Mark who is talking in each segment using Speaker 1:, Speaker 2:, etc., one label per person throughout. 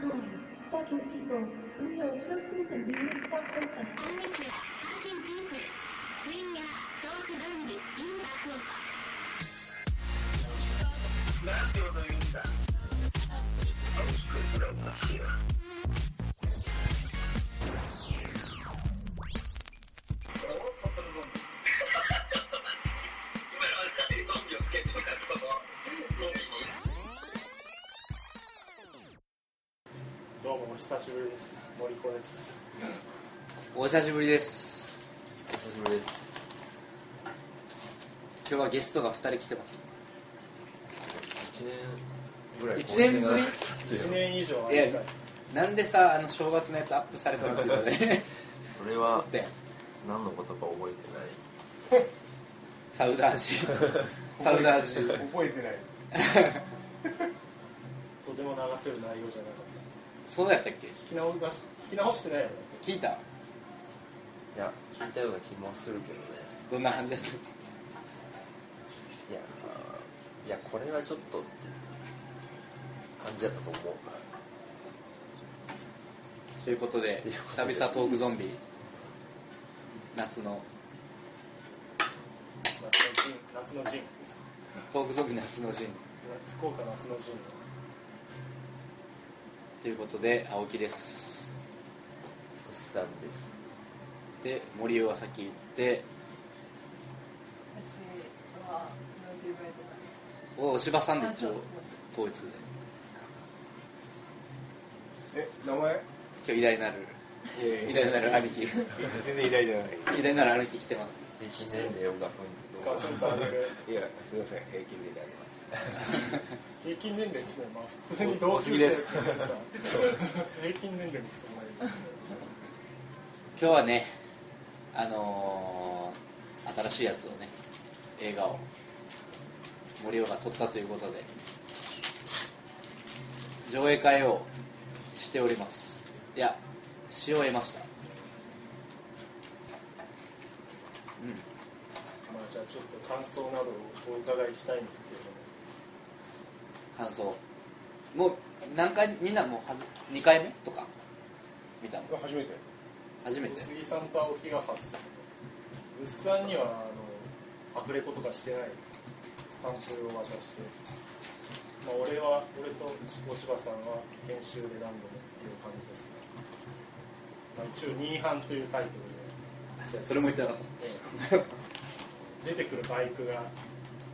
Speaker 1: boys, fucking people. We are chosen and we will fucking us.
Speaker 2: こんにちは、ハーキンピープル。ウィンヤー、トーク番組、インバークンパ。
Speaker 3: どうもお久しぶりです森子です
Speaker 4: お久しぶりですお久しぶりです今日はゲストが2人来てます
Speaker 5: 1年ぐらい
Speaker 4: 1年ぶり
Speaker 3: 1年以上
Speaker 4: いや
Speaker 3: 会いたい
Speaker 4: なんでさあの正月のやつアップされたのって言うの ね
Speaker 5: それは
Speaker 4: で
Speaker 5: 何のことか覚えてない
Speaker 4: サウダージ サウダージ
Speaker 6: 覚えてない
Speaker 3: とても流せる内容じゃなかっ
Speaker 4: そうだったっけ
Speaker 3: た聞き直し聞き直してないよね
Speaker 4: 聞いた
Speaker 5: いや聞いたような気もするけどね
Speaker 4: どんな感じだった
Speaker 5: いやいやこれはちょっとって感じだったと思う
Speaker 4: ということで久々トークゾンビ夏の
Speaker 3: 夏の陣夏の陣
Speaker 4: トークゾンビ夏の陣
Speaker 3: 福岡夏の陣
Speaker 4: ということで青木です
Speaker 5: 星さんです
Speaker 4: で森尾は先行って
Speaker 7: 私はなんて言われてた
Speaker 4: お芝さんで
Speaker 7: あ
Speaker 4: 一
Speaker 7: そう
Speaker 4: 応統一で
Speaker 6: え名前
Speaker 4: 今日偉大なる偉大なる兄貴
Speaker 6: 全然偉大じゃない
Speaker 4: 偉大なる兄貴来てます
Speaker 5: 平均年齢音楽
Speaker 3: 学校から出て
Speaker 6: いやすみません平均年齢あります
Speaker 3: 平均年齢ってのはまあ普通に
Speaker 6: お
Speaker 3: 同
Speaker 6: 多す
Speaker 3: 級
Speaker 6: ぎ
Speaker 3: 生
Speaker 6: で
Speaker 3: だ
Speaker 6: す
Speaker 3: からさ平均年齢もそんなに
Speaker 4: 今日はねあのー新しいやつをね映画を森尾が撮ったということで上映会をしておりますいやし終えましたう
Speaker 3: まあじゃあちょっと感想などをお伺いしたいんですけれども
Speaker 4: ん感想もう何回みんなもうは2回目とか見たの
Speaker 6: 初めて
Speaker 4: 初めて
Speaker 3: 杉さんと青木が初物産にはあのアフレコとかしてないサンプルを渡して、まあ、俺は俺とお芝さんは編集で何度もっていう感じですね、まあ、一応「ニーハン」というタイト
Speaker 4: それも言ってなかっ
Speaker 3: ルで、出てくるバイクが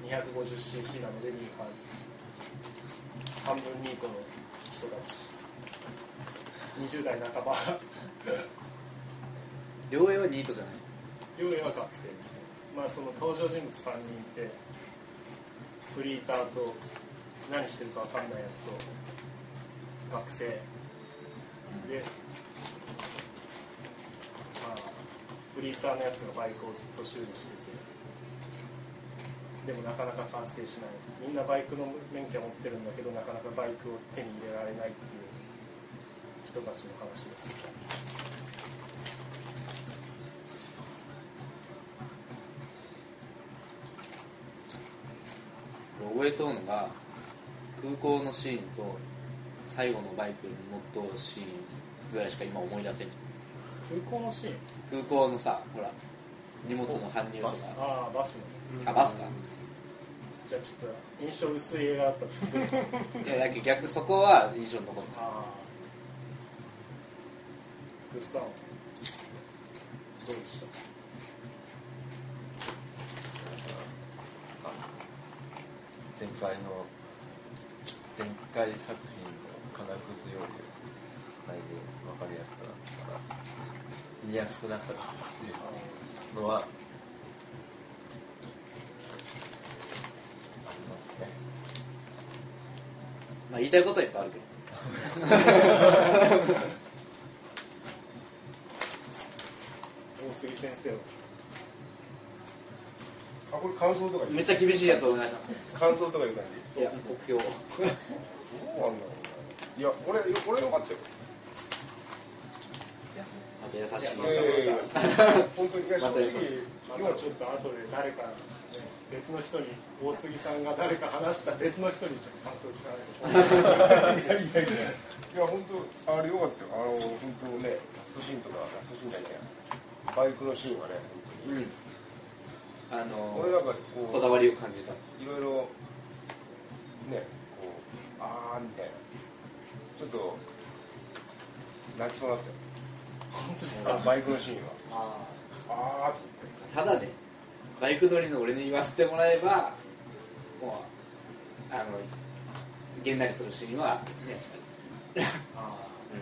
Speaker 3: 250cc なのでニーハン半分ニートの人たち20代半ば
Speaker 4: た両映はニートじゃない
Speaker 3: 両親は学生ですねまあその登場人物3人いてフリーターと何してるか分かんないやつと学生でまあフリーターのやつのバイクをずっと修理しててでもなかなか完成しないみんなバイクの免許持ってるんだけどなかなかバイクを手に入れられないっていう人たちの話です
Speaker 4: 覚えとうのが空港のシーンと最後のバイクに乗っとうシーンぐらいしか今思い出せん
Speaker 3: 空港のシーン
Speaker 4: 空港のさほら荷物の搬入とか
Speaker 3: ああバスの
Speaker 4: あバスか
Speaker 3: じゃあちょっと印象薄い映画だったんですけど
Speaker 4: いやだけど逆そこは印象に残った
Speaker 3: あーグッサンどうでした
Speaker 5: 前回の前回作品の金屑よりだいぶ分かりやすくなったかな見やすくなったかなっていうのはありますね
Speaker 4: まあ言いたいことはいっぱいあるけど
Speaker 3: 大杉先生は
Speaker 6: あこれ感想とか
Speaker 4: めっちゃ厳しいやつお願いします
Speaker 6: 感想とかいう感
Speaker 4: いや目標
Speaker 6: じどうなんだろうないや俺よ俺よかったよ
Speaker 4: また優しい
Speaker 6: いやいやいや本当にいや正
Speaker 4: また
Speaker 6: 直
Speaker 4: 優しい
Speaker 3: ま
Speaker 6: 今
Speaker 3: た
Speaker 6: ち
Speaker 3: ち
Speaker 6: ょ
Speaker 3: ょ
Speaker 6: っ
Speaker 3: っと後で誰かね別の人に大杉さんが誰か話した別の人にちょっと感想聞かないと
Speaker 8: いやいやいやいや本当あれよかったよあの本当ねラストシーンとかラストシーンだけバイクのシーンはね
Speaker 4: う
Speaker 8: 本
Speaker 4: んあ
Speaker 8: 当
Speaker 4: の
Speaker 8: に俺なんかこ
Speaker 4: こだわりを感じた
Speaker 8: ういろいろねこうあーみたいなちょっと泣きそうだったよ
Speaker 3: 本当です
Speaker 8: あ
Speaker 3: か
Speaker 8: のバイクのシーンは
Speaker 3: あ
Speaker 8: あーって言って
Speaker 4: ただねバイク乗りの俺に言わせてもらえばもうあのげんなりするシーンは、ね
Speaker 3: ーあ
Speaker 4: う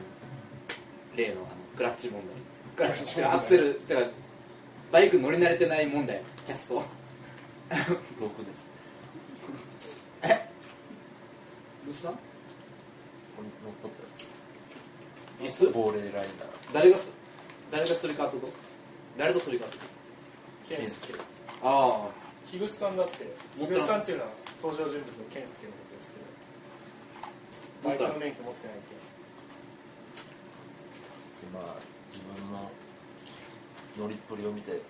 Speaker 4: ん例のあのクラッチ問題クラッチってかアクセルてかバイク乗り慣れてない問題キャスト
Speaker 5: 僕です
Speaker 4: えどうした
Speaker 5: ここに乗っとっ
Speaker 4: いつ
Speaker 5: た亡霊ライナー
Speaker 4: 誰がす誰がそれかとこ誰とそれかと
Speaker 3: ー健介
Speaker 4: あ
Speaker 3: 樋口さんだって
Speaker 4: 持っ
Speaker 3: 樋
Speaker 4: た
Speaker 3: 口さんっていうのは登場人物の健介のことですけど
Speaker 4: 持
Speaker 3: バ
Speaker 4: っ
Speaker 3: イ
Speaker 4: た
Speaker 3: クの免許持ってないけど
Speaker 5: でまあ自分の乗りっぷりを見てちょっ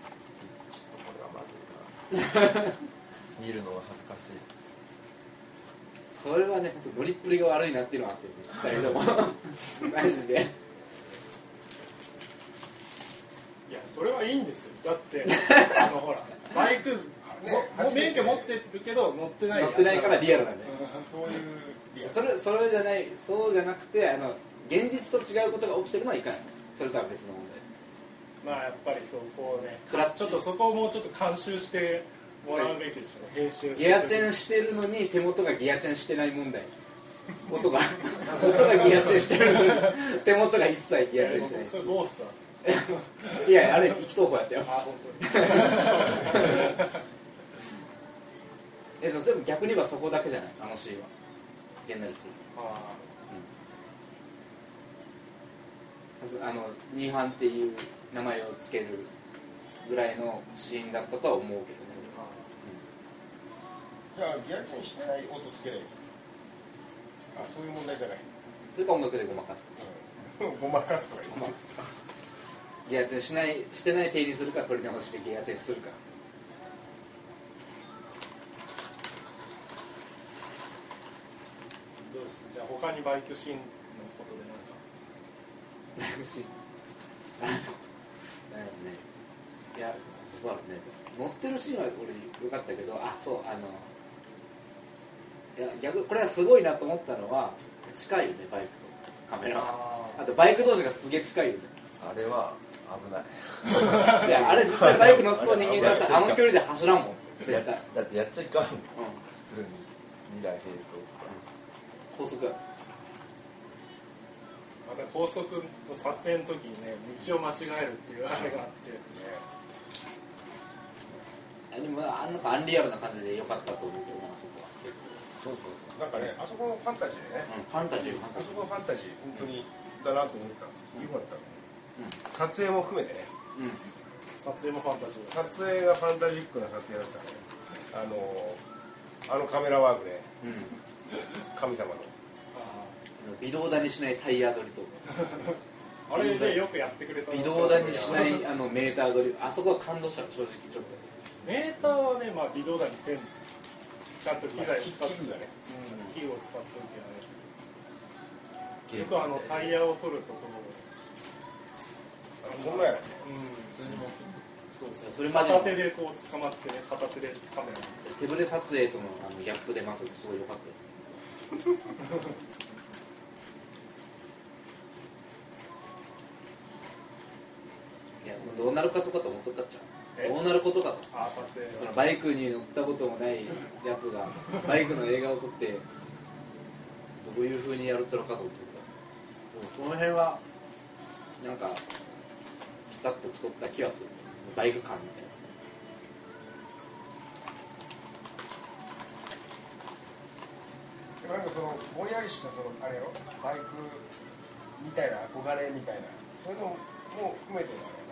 Speaker 5: とこれはまずいな見るのは恥ずかしい
Speaker 4: あそれはね本当乗りっぷりが悪いなっていうのはあってるね二人と もマジで
Speaker 3: いやそれはいいんですよだってあのほらバイク、ももう免許持ってるけど乗ってない
Speaker 4: 乗ってないからリアルなんだよ
Speaker 3: うんそういうリアル
Speaker 4: それそれじゃないそうじゃなくてあの現実と違うことが起きてるのはいかないそれとは別の問題
Speaker 3: まあやっぱりそうこうね
Speaker 4: クラッチ
Speaker 3: ちょっとそこをもうちょっと監修してもらうべきでしたね編集
Speaker 4: ギアチェ
Speaker 3: ン
Speaker 4: ンしてるのに手元がギアチェンしてない問題音が 音がギアチェンしてるのに手元が一切ギアチェンして
Speaker 3: そ
Speaker 4: な
Speaker 3: れゴーストだったんですね
Speaker 4: いいやあれ一投法やったよ
Speaker 3: あ本
Speaker 4: えそうでも逆に言えばそこだけじゃないあのシーンはげんなりしてる
Speaker 3: 当にあ
Speaker 4: さすあのニーハンっていう名前をつけるぐらいのシーンだったとは思うけどね
Speaker 3: ーあ
Speaker 8: じゃあギアチェンしてない音つけないじゃんあそういう問題じゃない、
Speaker 4: それか音楽でごまかす
Speaker 8: うん、ごまかすとか
Speaker 4: ごま
Speaker 8: 言
Speaker 4: か
Speaker 8: って
Speaker 4: すかギアチェンしないしてない手にするか取り直しでギアチェンするか
Speaker 3: ーどうですじゃあ他にバイクシーンのことでなんか
Speaker 4: だよねいやまあね乗ってるシーンは俺良かったけどあそうあのいや逆これはすごいなと思ったのは近いよねバイクとカメラはあとバイク同士がすげえ近いよね
Speaker 5: あれは危ない
Speaker 4: いやあれ実際バイク乗っとう人間からしたらあの距離で走らんもん絶
Speaker 5: や
Speaker 4: 対、うん、
Speaker 5: だってやっちゃいかんもん普通に未来並走と
Speaker 3: ま
Speaker 4: 高速
Speaker 5: か
Speaker 3: た高速の撮影の時にね道を間違えるっていうあれがあって
Speaker 4: あでもあんなんかアンリアルな感じで良かったと思うけどなあそこは結
Speaker 8: そうそうそうなんかねあそこのファンタジーでね
Speaker 4: 構、うん、ファンタジーファンタジ
Speaker 8: あそこのファンタジー本当にだなと思ったよかった、撮影も含めてね
Speaker 4: ーうん
Speaker 3: 撮影もファンタジーだ
Speaker 8: 撮影がファンタジックな撮影だったねあのーあのカメラワークで
Speaker 4: うん
Speaker 8: 神様の
Speaker 4: 微動だにしないタイヤ取りと
Speaker 3: あれでよくやってくれた
Speaker 4: 微動だにしないいあのメーター取りあそこは感動したの正直ちょっ
Speaker 3: メーターはねまあ微動だにせんちゃんと機材を
Speaker 8: キ
Speaker 3: 使って
Speaker 8: ッズがね
Speaker 3: うん器具を使っておけばね
Speaker 5: ゲ
Speaker 3: よ
Speaker 5: ーム
Speaker 3: くあのタイヤを取るところ
Speaker 8: あのこんなんやろ
Speaker 3: うんそう
Speaker 4: と
Speaker 3: そう
Speaker 4: それまで
Speaker 3: 片
Speaker 4: の
Speaker 3: 手でこう捕まってね片手でカメラに
Speaker 4: 手ぶれ撮影とのあのギャップでまずすごい良かったよいやもうどうなるかとかと思っとったっちゃ
Speaker 3: え
Speaker 4: うどうなることかと
Speaker 3: ああ撮影
Speaker 4: そのバイクに乗ったこともないやつがバイクの映画を撮ってどういうふうにやるったのかと思ってたでもこの辺はなんかピタッときとった気がするそのバイク感みたいな
Speaker 8: でもなんかそのぼんやりしたそのあれよバイクみたいな憧れみたいなそういうのも含めてのあれよ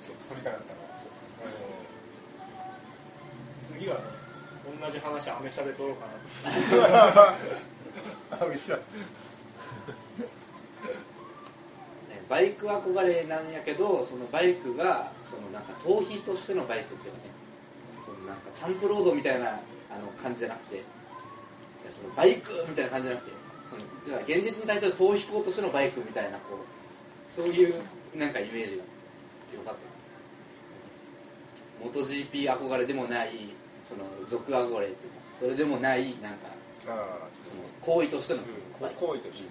Speaker 8: 撮りたかったのそうです
Speaker 3: 次はね同じ話アメ車で撮ろうかなと
Speaker 8: あの一緒だ
Speaker 4: ねバイク憧れなんやけどそのバイクがそのなんか逃避としてのバイクっていうかねそのなんかチャンプロードみたいなあの感じじゃなくていやそのバイクみたいな感じじゃなくてそのいわゆる現実に対する逃避行としてのバイクみたいなこうそういうなんかイメージが良かったモト GP 憧れでもないその俗憧れっていうかそれでもないなんか
Speaker 8: あ
Speaker 4: その行為としての、
Speaker 9: こ行為として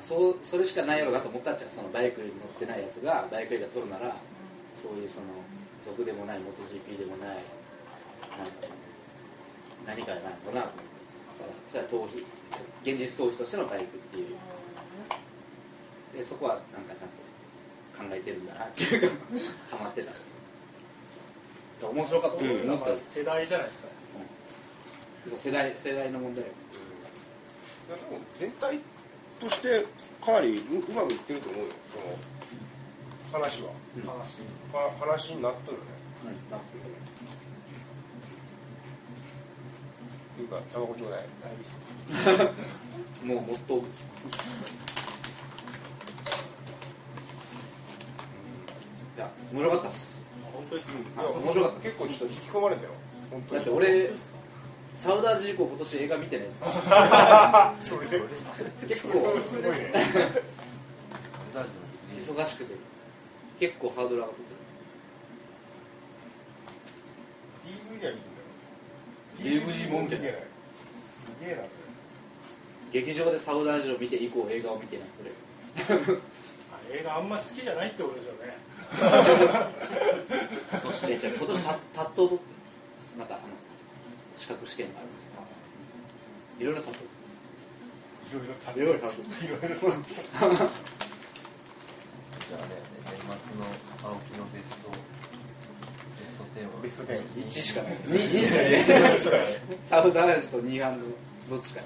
Speaker 4: そうそれしかないやろうなと思ったんじゃんそのバイクに乗ってないやつがバイク映画撮るならそういうその俗でもない元 GP でもないなんかその何かなんだろうなと思ってそれはそれは逃避現実逃避としてのバイクっていうでそこはなんかちゃんと考えてるんだなっていう かハマってたいや面白かったと
Speaker 3: そう
Speaker 4: 思
Speaker 3: だ
Speaker 4: っ
Speaker 3: か
Speaker 4: た
Speaker 3: ら
Speaker 4: です
Speaker 3: 世代じゃないですか
Speaker 4: そう世代世代の問題よ
Speaker 9: いやでも全体としてかなりううまくいってると思うよその
Speaker 8: あ話は
Speaker 3: 話
Speaker 8: は話になっとるね
Speaker 4: うんまあ
Speaker 8: っていうかタバコちょうだい
Speaker 3: ないです
Speaker 4: もうもっといや面白かったっす
Speaker 3: 本当です
Speaker 8: いや
Speaker 4: 面白かったです
Speaker 8: 結構ちょっと引き込まれたよ本当
Speaker 4: だ
Speaker 8: に
Speaker 4: って俺サウダージーコ今年映画見てね
Speaker 8: それで
Speaker 4: 結構
Speaker 8: すごいね
Speaker 5: ダージの次
Speaker 4: 忙しくて結構ハードル上がってて
Speaker 8: DVD は見てんだよ
Speaker 4: DVD も見て
Speaker 8: す
Speaker 4: な
Speaker 8: げ
Speaker 4: い
Speaker 8: えなすげえなそ
Speaker 4: 劇場でサウダージを見て以降映画を見てないこれ
Speaker 3: あ映画あんま好きじゃないってことですよね
Speaker 4: 今年ね違う今年たタットを取ってまたあの資格試験があるいろいろタット
Speaker 8: れいろいろ食
Speaker 4: い
Speaker 8: べ
Speaker 4: ろい
Speaker 8: る
Speaker 4: ろタット
Speaker 8: いろいろ
Speaker 5: じゃああれやね年末の青木のベストベスト10は
Speaker 8: ベスト10
Speaker 4: 1しかない 2, しかないサウダージとニーハンドどっちか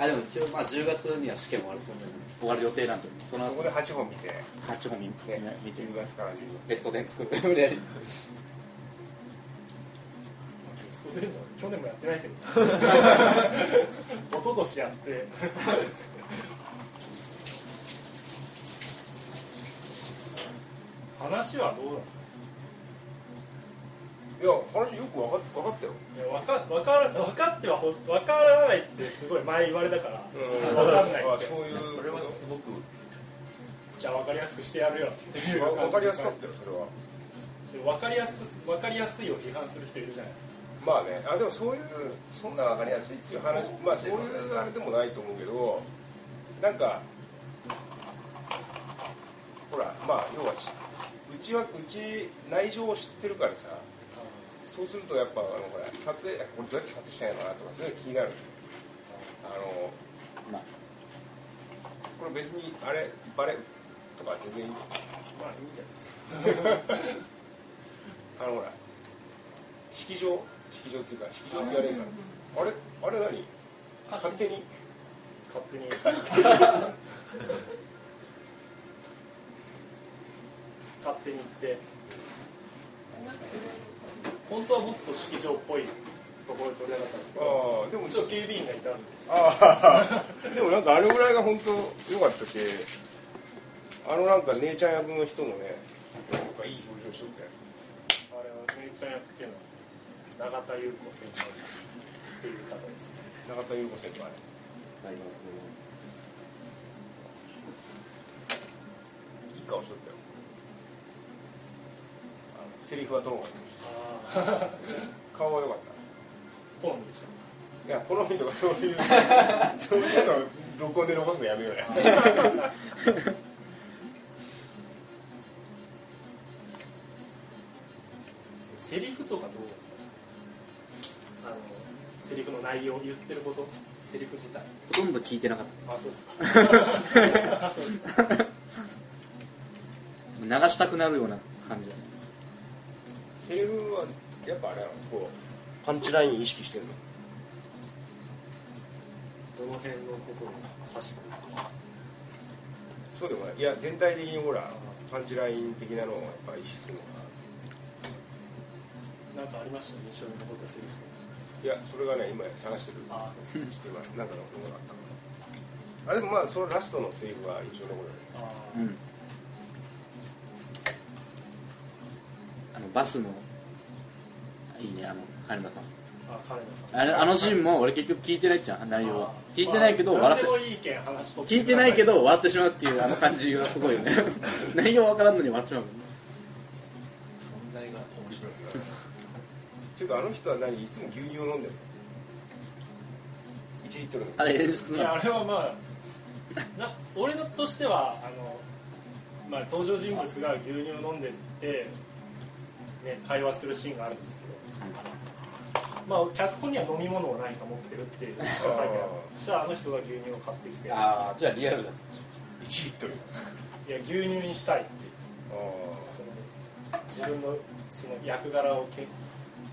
Speaker 4: あでも一応まあ10月には試験もあるそうなんで終わる予定なんでその
Speaker 8: そ
Speaker 4: 後
Speaker 8: こで8本見て
Speaker 4: 8本見て見て
Speaker 8: 10月から10月
Speaker 4: ベスト10作る無理やり
Speaker 3: そうすると去年もやってないけど一昨年やって話はどうなの
Speaker 8: いや話よく分かっ分かったよ
Speaker 3: いや分か分から分かってはほ分からないってすごい前言われたから、分かんない
Speaker 8: あ
Speaker 3: って
Speaker 8: そういう
Speaker 5: それはすごく
Speaker 3: じゃあ分かりやすくしてやるよっていう
Speaker 8: わ分かりやすかっ
Speaker 3: で
Speaker 8: たよそれは
Speaker 3: 分かりやす分かりやすいを批判する人いるじゃないですか
Speaker 8: まあねあでもそういうそんな分かりやすいっていう話まあそういうあれでもないと思うけどなんかほらまあ要はしうちはうち内情を知ってるからさそうするとやっぱあのほら撮影あこれどうやって撮影したいのかなとかそういうの気になるあの
Speaker 4: まあ
Speaker 8: これ別にあれバレとか全然いい
Speaker 3: まあいいんじゃないですか
Speaker 8: あのほら式場式場っていうか式場って言われるからあれあれ何勝手に
Speaker 3: 勝手に 勝手に言って本当はもっと式場っぽいところに取りたかったんですけど
Speaker 8: ああでも
Speaker 3: うち
Speaker 8: ち
Speaker 3: の
Speaker 8: ょっと
Speaker 3: 警備員がいたんで
Speaker 8: ああ でもなんかあれぐらいが本当良かったしあのなんか姉ちゃん役の人もねなんかいい表情しとったよ
Speaker 3: あれは姉ちゃん役っていうのは永田優子先輩ですっていう方です
Speaker 8: 永田優子先輩
Speaker 5: 大学の
Speaker 8: いい顔しとったよあのセリフはどうも
Speaker 3: ああ
Speaker 8: 顔は良かっ
Speaker 3: 好みでした
Speaker 8: たいや好みとかそう いうそういうのを録音で残すのやめようや
Speaker 3: セリフとかどうだったんですかあのセリフの内容言ってることセリフ自体
Speaker 4: ほとんど聞いてなかった
Speaker 3: あそうですかあそうですか
Speaker 4: 流したくなるような感じ
Speaker 8: セリフはやっぱあれやろこうパンチライン意識してるの
Speaker 3: どの辺のことを指したのか
Speaker 8: そうでもないいや全体的にほらパンチライン的なのをやっぱ意識するのかな
Speaker 3: なんかありました印象に残ったセリフ
Speaker 8: いやそれがね今探してる
Speaker 3: あそうです
Speaker 8: 知ってますなんかの音があったからあでもまあそのラストのセリフは印象残るよね
Speaker 3: あ
Speaker 4: うんあの
Speaker 10: のバスのいいねあの羽田さん
Speaker 3: あ金田さん
Speaker 10: あれあのシーンも俺結局聞いてないじゃん内容は
Speaker 3: あー
Speaker 10: 聞いてないけど
Speaker 3: まあ
Speaker 10: 笑っ
Speaker 3: 何
Speaker 10: て
Speaker 3: でもいい意見話しとって
Speaker 10: 聞いてないけど笑ってしまうっていうあの感じはすごいよね 内容わからんのに笑ってしまうもんね
Speaker 5: 存在が面白い
Speaker 8: ていうかあの人は何いつも牛乳を飲んでるの1リットルの
Speaker 10: あれ演出
Speaker 3: い
Speaker 10: な
Speaker 3: や
Speaker 10: の
Speaker 3: あれはまあな俺のとしてはあの、まあ、登場人物が牛乳を飲んでって、ね、会話するシーンがあるんですけど、まあ、脚本には飲み物を何か持ってるっていうしか書いてあるそしたらあの人が牛乳を買ってきていや
Speaker 5: ああじゃあリアルだ
Speaker 8: 1リットル
Speaker 3: 牛乳にしたいって
Speaker 8: あ
Speaker 3: その自分のその役柄をけ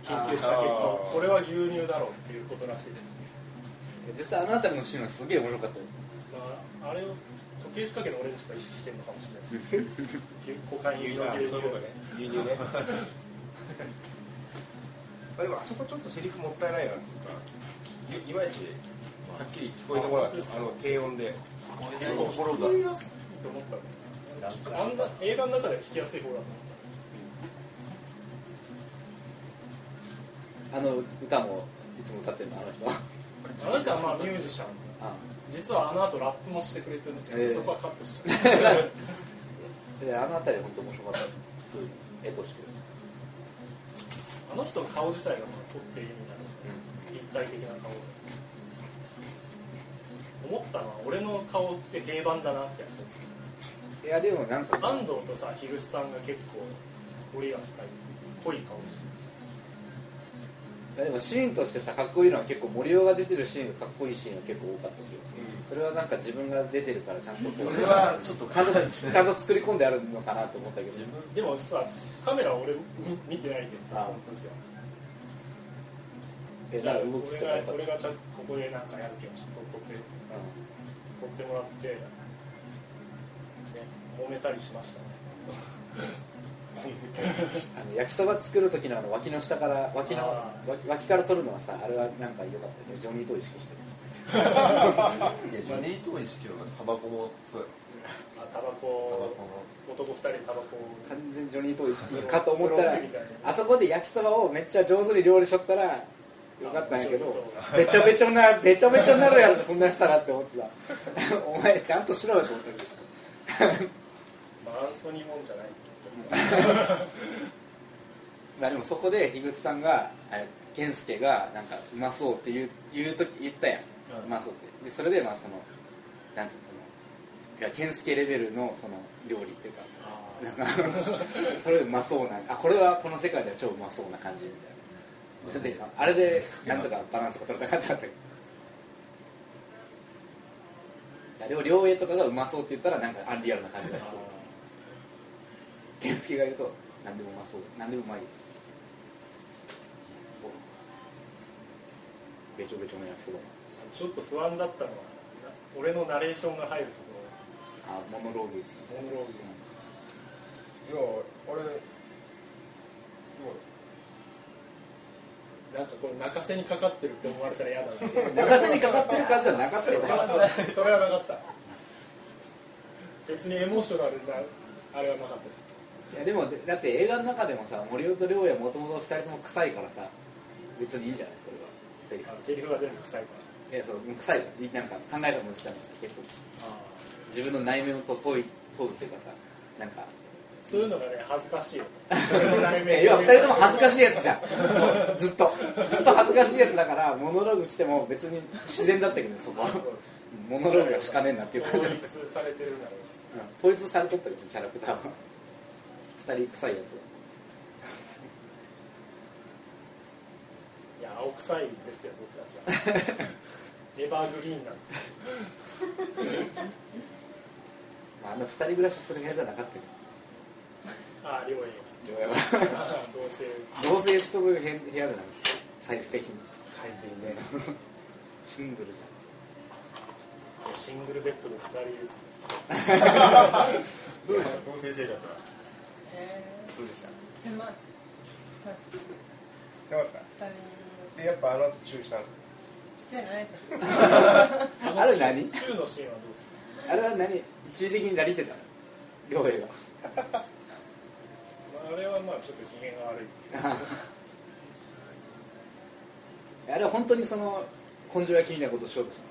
Speaker 3: 研究した結
Speaker 8: あ
Speaker 3: 果
Speaker 8: ー
Speaker 3: これは牛乳だろうっていうことらしいです
Speaker 10: 実際あの辺りのシーンはすげえ面白かったよ
Speaker 3: だからあれを時計仕掛けの俺にしか意識してるのかもしれない です股間
Speaker 8: あ
Speaker 3: に
Speaker 8: 牛乳
Speaker 3: 広
Speaker 8: あそう
Speaker 3: げ
Speaker 8: い
Speaker 3: る
Speaker 8: うことね牛乳ねあでもあそこちょっとセリフもったいないなっていうかいいまいちはっきり聞こえてこなかったあの低音で
Speaker 5: 思え
Speaker 3: 結
Speaker 5: ない
Speaker 3: 構
Speaker 5: ところが
Speaker 3: 聞こえやすいと思ったの
Speaker 5: なんか
Speaker 3: あんな映画の中では聞きやすい方だと思
Speaker 4: あの歌もいつも歌って るのあの人
Speaker 3: ったあの人はまあミュージシャン
Speaker 4: あ
Speaker 3: 実はあの後ラップもしてくれてるんだけど、
Speaker 4: ええ
Speaker 3: そこはカットし ちゃう
Speaker 4: であの辺り本当面白かった普通に絵として、
Speaker 3: あの人の顔自体がまあ撮っていいみたいな立体的な顔で思ったのは俺の顔って定番だなって
Speaker 4: いやでもなんかさ
Speaker 3: 安藤とさ樋口さんが結構彫りが深いっていうか濃い顔してる
Speaker 4: いやでもシーンとしてさかっこいいのは結構森尾が出てるシーンがかっこいいシーンが結構多かった気がする、それはなんか自分が出てるからちゃんとこう
Speaker 5: それはちょっと
Speaker 4: ちゃんとちゃんと作り込んであるのかなと思ったけど
Speaker 5: 自分
Speaker 3: でもさカメラ俺見見てないけど
Speaker 4: あ
Speaker 3: さその時は
Speaker 4: えだから動き
Speaker 3: 俺
Speaker 4: とかよ
Speaker 3: が
Speaker 4: かった、うん
Speaker 3: 俺がちゃんここでなんかやるけどちょっと撮って撮ってもらって、ね、揉めたりしま したね
Speaker 4: あの焼きそば作る時のあの脇の下から脇の
Speaker 3: あ
Speaker 4: 脇脇から取るのはさあれはなんか良かったよねジョニーと意識してる
Speaker 5: いやジョニーと意識はタバコもそうや
Speaker 3: あタバ
Speaker 5: タバコ
Speaker 3: コ
Speaker 5: も
Speaker 3: 男2人でタバコを
Speaker 4: 完全にジョニーと意識かと思ったら
Speaker 3: ブロックみたいな
Speaker 4: あそこで焼きそばをめっちゃ上手に料理しとったらよかったんやけ
Speaker 3: あ
Speaker 4: どべちょべちょなべちょべちょになるやろそんなんしたらって思ってたお前ちゃんとしろよと思ったけど
Speaker 3: まあ、アンソニーもんじゃない
Speaker 4: まあでもそこで樋口さんがあれ健介がなんかうまそうって言う言うと言ったやん、
Speaker 3: うん
Speaker 4: うまそうってでそれでまあそのなんていうのそのいや健介レベルのその料理っていうかなんか それでうまそうなあこれはこの世界では超うまそうな感じみたいなであれでなんとかバランスが取れた感じだったけどいやでも両栄とかがうまそうって言ったらなんかアンリアルな感じがする健介がいると何でもうまそう何でもうまいべちょべちょの焼きそば
Speaker 3: ちょっと不安だったのはな俺のナレーションが入ると
Speaker 4: あモノローグ
Speaker 3: ころモノローグ
Speaker 6: 要は俺でも
Speaker 3: なんかこれ泣かせにかかってるって思われたら嫌 だな
Speaker 4: 泣かせにかかってる感じはなかったよね
Speaker 3: それはなかった別にエモーショナルなあれはなかったです
Speaker 4: いやでもだって映画の中でもさ森尾と亮也もともと2人とも臭いからさ別にいいんじゃないそれはセリフ
Speaker 3: あセリフが全部臭いか
Speaker 4: いやそう臭いじゃんなんか考え方の時間が結構
Speaker 3: ら
Speaker 4: 自分の内面と問い問うっていうかさなんか
Speaker 3: そういうのがね恥ずかしいよ 俺の内
Speaker 4: いや
Speaker 3: 面
Speaker 4: 要は2人とも恥ずかしいやつじゃんもうずっとずっと恥ずかしいやつだからモノローグ来ても別に自然だったけどねそこはモノローグがしかねえなっていう感じ
Speaker 3: 統一されてるんだろう
Speaker 4: 統一されとったよねキャラクターは2人臭いやつだ
Speaker 3: いや青臭いですよ僕たち はネバーグリーンなんですよ
Speaker 4: まああの2人暮らしする部屋じゃなかったけど
Speaker 3: ああ両親
Speaker 4: 亮也は
Speaker 3: 同棲
Speaker 4: 同棲しとる部屋じゃないサイズ的にサイズにね シングルじ
Speaker 3: シングルベッドで2人ですね
Speaker 6: どうでした同性生活は
Speaker 7: え
Speaker 4: ゃんどうでした
Speaker 7: ー、狭いまあすぐ
Speaker 6: 狭かっ
Speaker 7: 二人
Speaker 6: たでやっぱあの後注意したんですよ
Speaker 7: してないです
Speaker 4: あれ何
Speaker 3: 中のシーンはどうですか
Speaker 4: あれは何一時的になりてたの亮平が
Speaker 3: まあれはまあちょっと機嫌が悪いっていう
Speaker 4: あれは本当にその根性焼きみたいなことしようとしたの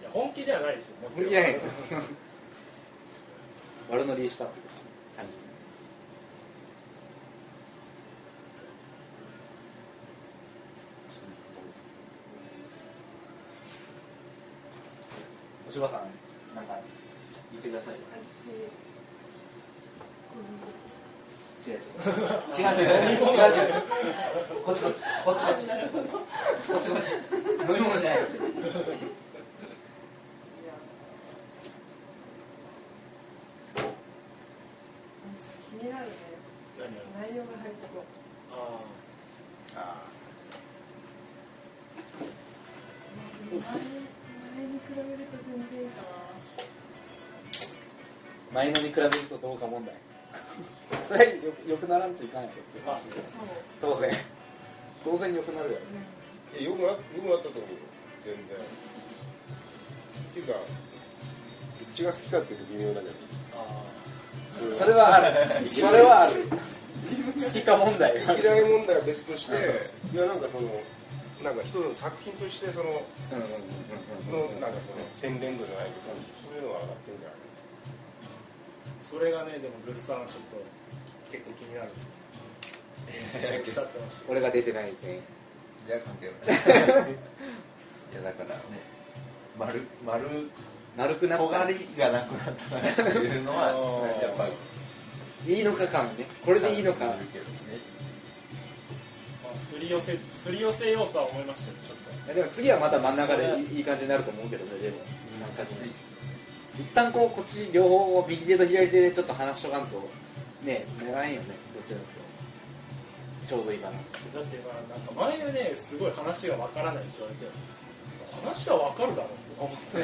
Speaker 3: いや本気ではないですよもち
Speaker 4: 無
Speaker 3: ろん
Speaker 4: 理やねん悪乗りしたって感じお芝さんなんか言ってくださいよ
Speaker 7: 私
Speaker 4: 違う違う違う違う違う違うこっちこっちこっちこっち
Speaker 7: なるほどい
Speaker 4: こっちこっち飲み物じゃないよ
Speaker 7: やちょっと気になるね
Speaker 3: 何や
Speaker 7: 内容が入ってこう
Speaker 3: あ
Speaker 8: あ
Speaker 7: 前前に比べると全然いいかな
Speaker 10: 前のに比べるとどうか 問題それよよくならんといかんやろっていう話で
Speaker 7: そう、
Speaker 10: 当然当然よくなるやろ
Speaker 7: う
Speaker 8: あいやよくなよくなったと思うよ全然っていうかどっちが好きかっていうと微妙だけど
Speaker 3: ーあ
Speaker 10: それはあるそれはある好きか問題がある
Speaker 8: 嫌い問題は別としていやなんかそのなんか一つの作品としてその
Speaker 10: うんうんうん
Speaker 8: のなんかその洗練度じゃないけどそういうのは上がってるんじゃない
Speaker 3: ーそれがねでも物産はちょっと結構気になるんですよおっしゃってま した
Speaker 4: 俺が出てないね
Speaker 5: いや関係ないいやだからね丸丸
Speaker 4: 丸くなっ
Speaker 5: 尖
Speaker 4: た
Speaker 5: りがなくなったなっていうのは
Speaker 3: あー
Speaker 5: やっぱ
Speaker 4: いいのか感ねこれでいいのか
Speaker 5: 感じるけどね
Speaker 3: まあ、すり寄せすり寄せようとは思いましたよちょっと
Speaker 4: いやでも次はまた真ん中でいいいい感じになると思うけどねでも
Speaker 5: 難しい
Speaker 4: 一旦こうこっち両方を右手と左手でちょっと話しとかんとねならんよねどっちなんですかちょうどいいバランス
Speaker 3: だってまあなんか前ねすごい話がわからないって言われて話はわかるだろうと思 って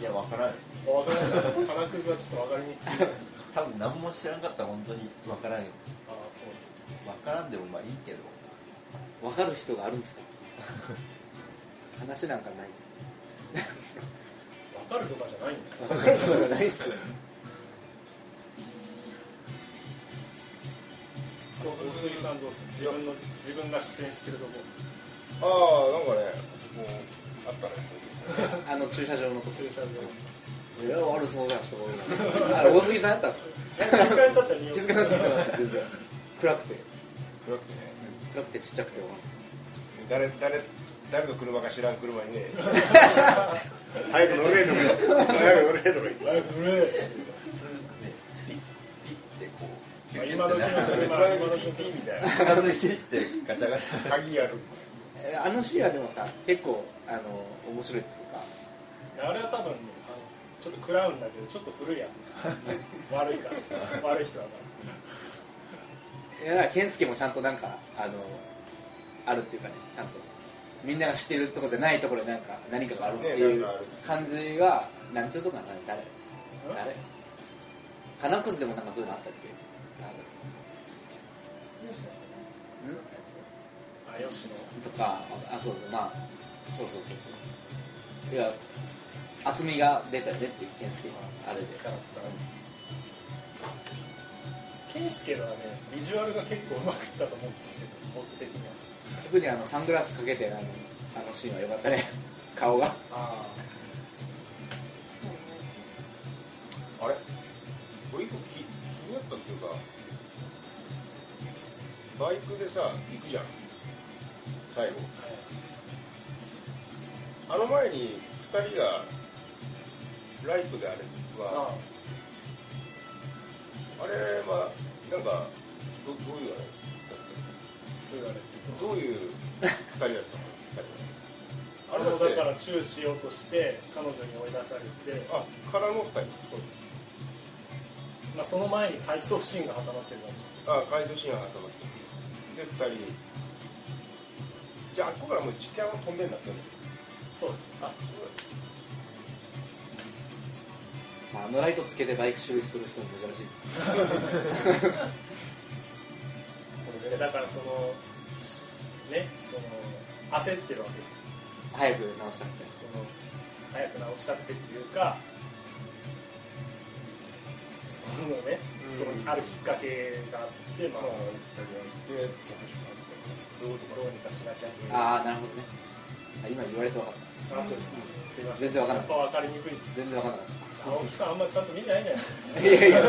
Speaker 5: いやわからない
Speaker 3: わからない金くずはちょっとわかりにくい
Speaker 5: 多分何も知らんかったら本当にわからんよ
Speaker 3: ああそう
Speaker 5: わからんでもまあいいけど
Speaker 4: 分かる人があるんですか話なんかない
Speaker 3: わかるとかじゃないんですよ
Speaker 4: 分かるとかじゃないっすよ
Speaker 3: お大杉さんどうする自分の自分が出演してるとこ
Speaker 8: ああなんかねもうあったね
Speaker 4: あの駐車場の途
Speaker 3: 駐
Speaker 4: 中
Speaker 3: 車場
Speaker 4: いや悪そうな人が多いなあれ大杉さんやったんですか
Speaker 3: 気づかれたったら匂い
Speaker 4: 気づかなくていいかなって全然暗くて
Speaker 8: 暗くてね
Speaker 4: 暗くてちっちゃくて
Speaker 8: 誰誰誰の車か知らん車にね早く乗れとか早く乗れとか言って
Speaker 3: あれこれ
Speaker 5: 普通ねピッピッてこう
Speaker 3: まあ今時の車
Speaker 5: ピュ
Speaker 8: 車に
Speaker 3: 今時
Speaker 8: ピ
Speaker 3: の
Speaker 8: ーピーみたい
Speaker 5: ッて近づいていってガチャガチャ
Speaker 8: な鍵やる
Speaker 4: えあのシーンはでもさ結構あの面白いっつうか
Speaker 3: あれは多分ねあのちょっとクラウンだけどちょっと古いやつ悪いから悪い人だから
Speaker 4: いやだから健介もちゃんとなんかあのあるっていうかねちゃんとみんなが知ってるとこじゃないところでなんか何かがあるってい
Speaker 8: ね
Speaker 4: う
Speaker 8: なんかある
Speaker 4: 感じがなんつうとかな誰誰金くずでもなんかそういうのあったっけなん
Speaker 7: ん、よし
Speaker 4: か
Speaker 3: あよしの
Speaker 4: んとかああそうそうまあそうそうそうそういや厚みが出たよねっていう健介のあれで
Speaker 3: キャラクターケンスケのはねビジュアルが結構うまくいったと思うんですけど僕的には
Speaker 4: 特にあのサングラスかけてあのあのシーンは良かったね顔が
Speaker 3: あ
Speaker 7: そうね
Speaker 8: あれ俺一個気気になったっていうかバイクでさ行くじゃん最後あの前に2人がライトであれは
Speaker 3: あ
Speaker 8: あれはなんかどどういうあれだ
Speaker 3: と言われ
Speaker 8: っ
Speaker 3: て
Speaker 8: たどういう2人だったの
Speaker 3: あ
Speaker 8: あ
Speaker 3: れ
Speaker 8: れ
Speaker 3: もだ
Speaker 8: だ
Speaker 3: か
Speaker 8: から
Speaker 3: チューしようとして彼女に追い出されて
Speaker 8: あ空の2人
Speaker 3: そうです、まあ、その前に回想シーンが挟まってるかもし
Speaker 8: あ改造シーン挟まってで2人じゃああっこからもう時間は飛んでんだって
Speaker 3: れないそうです
Speaker 8: あ
Speaker 4: まああのライトつけてバイク修理する人も珍しい
Speaker 3: だからそのしねその焦ってるわけですよ
Speaker 4: 早く直したくて
Speaker 3: その早く直したくてっていうかすそのね、
Speaker 6: うん
Speaker 3: そのあるきっかけがあって、まあ、どうにかどうにかしなきゃいけない。
Speaker 4: ああなるほどねあ今言われて分かっ
Speaker 3: あ、そうです。すいません。
Speaker 4: 全然わかんない
Speaker 3: やっぱ分かりに くいです。
Speaker 4: た全然分かんなかっ
Speaker 3: 青木さんあんまちゃんと見てないじゃないです
Speaker 4: たいやいや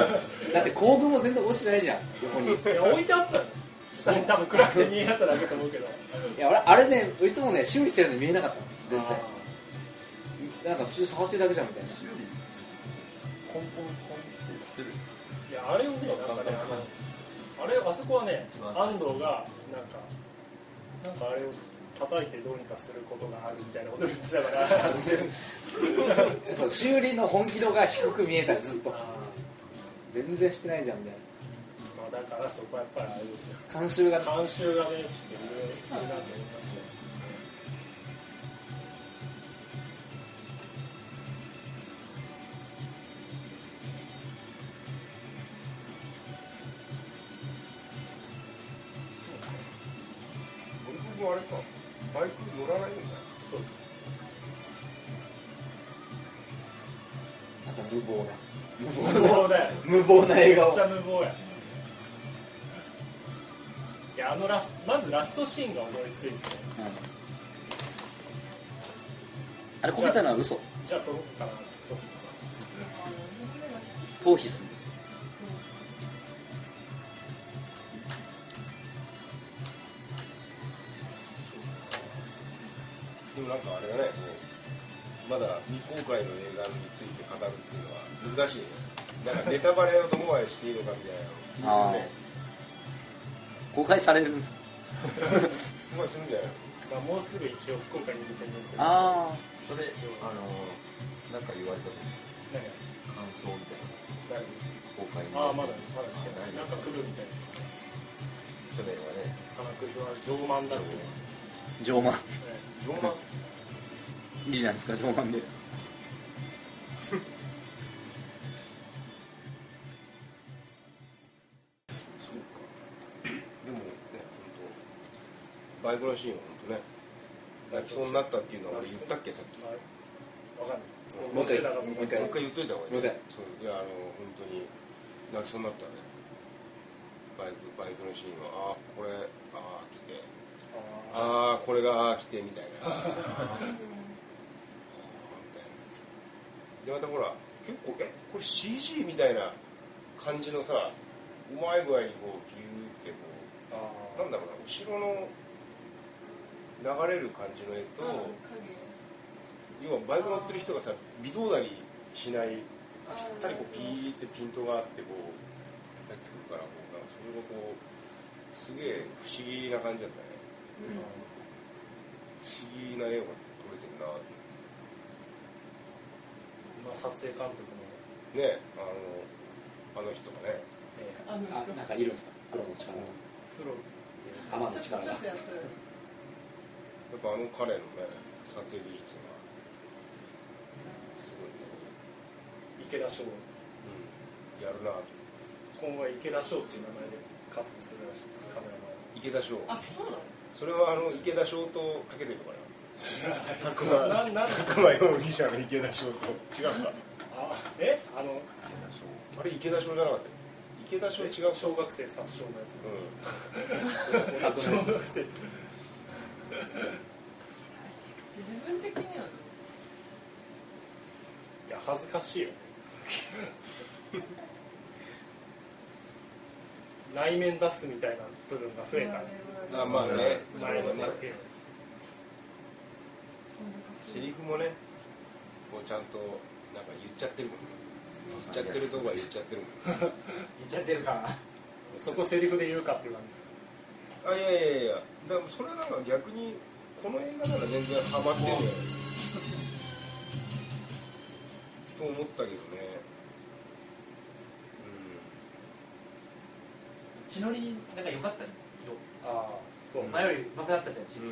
Speaker 4: だって行軍も全然落ちてないじゃん横にい
Speaker 3: か。いや置いてあったの。下に多分暗くて見えなかっただけと思うけど。
Speaker 4: や俺あれねいつもね修理してるの見えなかったの全
Speaker 3: あー
Speaker 4: 然なんか普通触ってるだけじゃんみたいな
Speaker 5: 修理するコンコンコンってする
Speaker 3: いやあれをねなんかねあのあれあそこはね
Speaker 5: 一番
Speaker 3: 安藤がなんかなんかあれを叩いてどうにかすることがあるみたいなことを言ってたから
Speaker 4: そう修理の本気度が低く見えたずっと
Speaker 3: あ
Speaker 4: 全然してないじゃんみたい
Speaker 3: ーまあだからそこはやっぱりあれですよ
Speaker 4: な監修が
Speaker 3: 監修がねちょっといろいろいるなと思いましたね
Speaker 6: 俺もあれかバイク乗らないんだ
Speaker 3: そうです
Speaker 4: なんか無謀な
Speaker 3: 無謀だよ
Speaker 4: 無謀な笑
Speaker 3: め
Speaker 4: 顔
Speaker 3: っちゃ無謀やいやあのラスまずラストシーンが思いついて
Speaker 10: あれこけたのは嘘
Speaker 3: じゃあ撮ろうかなそうそう
Speaker 10: 逃避する
Speaker 8: でもなんかあれだねこうまだ未公開の映画について語るっていうのは難しいねなんかネタバレをどこまでしていいのかみたいなのを気にするね
Speaker 10: 公開されるんですか
Speaker 8: ここまでするんじゃないの
Speaker 3: まあもうすぐ一応福岡に向けてる
Speaker 10: あ
Speaker 5: それあのなんか言われた時感想みたい
Speaker 3: 何何
Speaker 5: な公開に
Speaker 3: ああまだまだ来てないなんか来るみたいな
Speaker 5: 去年はね
Speaker 3: 金くずは上満だってね
Speaker 10: あ上満
Speaker 8: 上満
Speaker 10: いいじゃないですか上満で
Speaker 8: そうかでもね本当バイクのシーンは本当ね泣きそうになったっていうのは俺言ったっけさっき
Speaker 3: まあわかんない
Speaker 4: もう一
Speaker 3: だ
Speaker 4: 回
Speaker 3: から
Speaker 4: もう一
Speaker 8: もう
Speaker 4: 回
Speaker 8: 一回言っといた方がいい
Speaker 4: もう一回
Speaker 8: そういやあの本当に泣きそうになったねバイクバイクのシーンはああこれああ来て
Speaker 3: あ
Speaker 8: ああこれがああ来てみたいなはあみたいなでまたほら結構えこれ CG みたいな感じのさうまい具合にこうギューってこ
Speaker 3: ーあ
Speaker 8: うなんだろうな後ろの流れる感じの絵と、要はバイク乗ってる人がさ微動だにしないぴったりこうピーってピントがあってこう入ってくるからこうなんかそれがこうすげえ不思議な感じだったね不思議な絵が撮れてるなって
Speaker 3: まあ撮影監督の
Speaker 8: ねあのあの人がね
Speaker 3: えー
Speaker 7: あの
Speaker 4: あなんかいるんですか黒の力が
Speaker 3: プロっていう
Speaker 4: 浜の
Speaker 7: ちょ
Speaker 4: 力
Speaker 7: ちょ
Speaker 4: が
Speaker 7: っとやったよ
Speaker 8: やっぱあの彼のね撮影技術がすごいね、
Speaker 3: 池田翔
Speaker 8: うん、やるなと
Speaker 3: 今後は池田翔っていう名前で活動するらしいですカメラマンは
Speaker 8: 池田翔
Speaker 7: あそうなの
Speaker 8: それはあの池田翔とかけてるのかな
Speaker 3: 知らないです
Speaker 8: 拓磨
Speaker 3: ななん
Speaker 8: 高間容疑者の池田翔と違うか
Speaker 3: あえあの
Speaker 5: 池田翔
Speaker 8: あれ池田翔じゃなかった池田翔違う
Speaker 3: 小学生殺傷のやつ
Speaker 8: う
Speaker 3: 小学生
Speaker 7: 自分的にはい
Speaker 3: や恥ずかしいよ 内面出すみたいな部分が増えたね
Speaker 8: んあまあね
Speaker 3: 前の作
Speaker 8: ね
Speaker 3: 品
Speaker 8: セリフもねこうちゃんとなんか言っちゃってるもんね言っちゃってるとこは言っちゃってるもんね
Speaker 4: 言っちゃってるか
Speaker 3: そこセリフで言うかっていう感じです
Speaker 8: あいやいやいやでもそれはなんか逆にこの映画なら全然ハマってるよと思ったけどね
Speaker 4: 血のりなんか良かったね
Speaker 3: ああそううん前
Speaker 8: 前
Speaker 4: よりうまくなったじゃん血
Speaker 8: う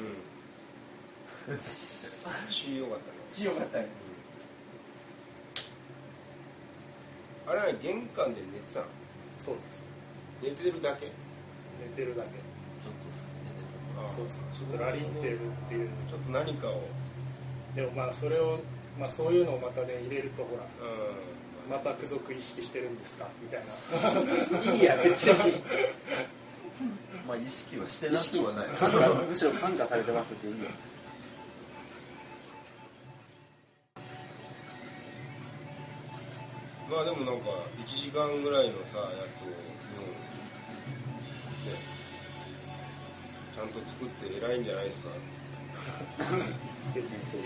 Speaker 8: ん、うん、血よかったね
Speaker 4: 血良かったね
Speaker 8: あれは玄関で寝てたの
Speaker 3: そうです
Speaker 8: 寝てるだけ
Speaker 3: 寝てるだけ
Speaker 5: ちょっと
Speaker 8: あ
Speaker 3: そうそうちょっとラリってるっていう
Speaker 8: ちょっと何かを
Speaker 3: でもまあそれをまあそういうのをまたね入れるとほら
Speaker 8: うん
Speaker 3: ま
Speaker 8: まあ
Speaker 3: た付属意識してるんですかみたいな
Speaker 4: いいや別に
Speaker 5: まあ意識はしてなくはない
Speaker 4: 感化むしろ感化されてますっていいよ
Speaker 8: まあでもなんか1時間ぐらいのさやつを日本でちゃんと作って偉いんじゃないですか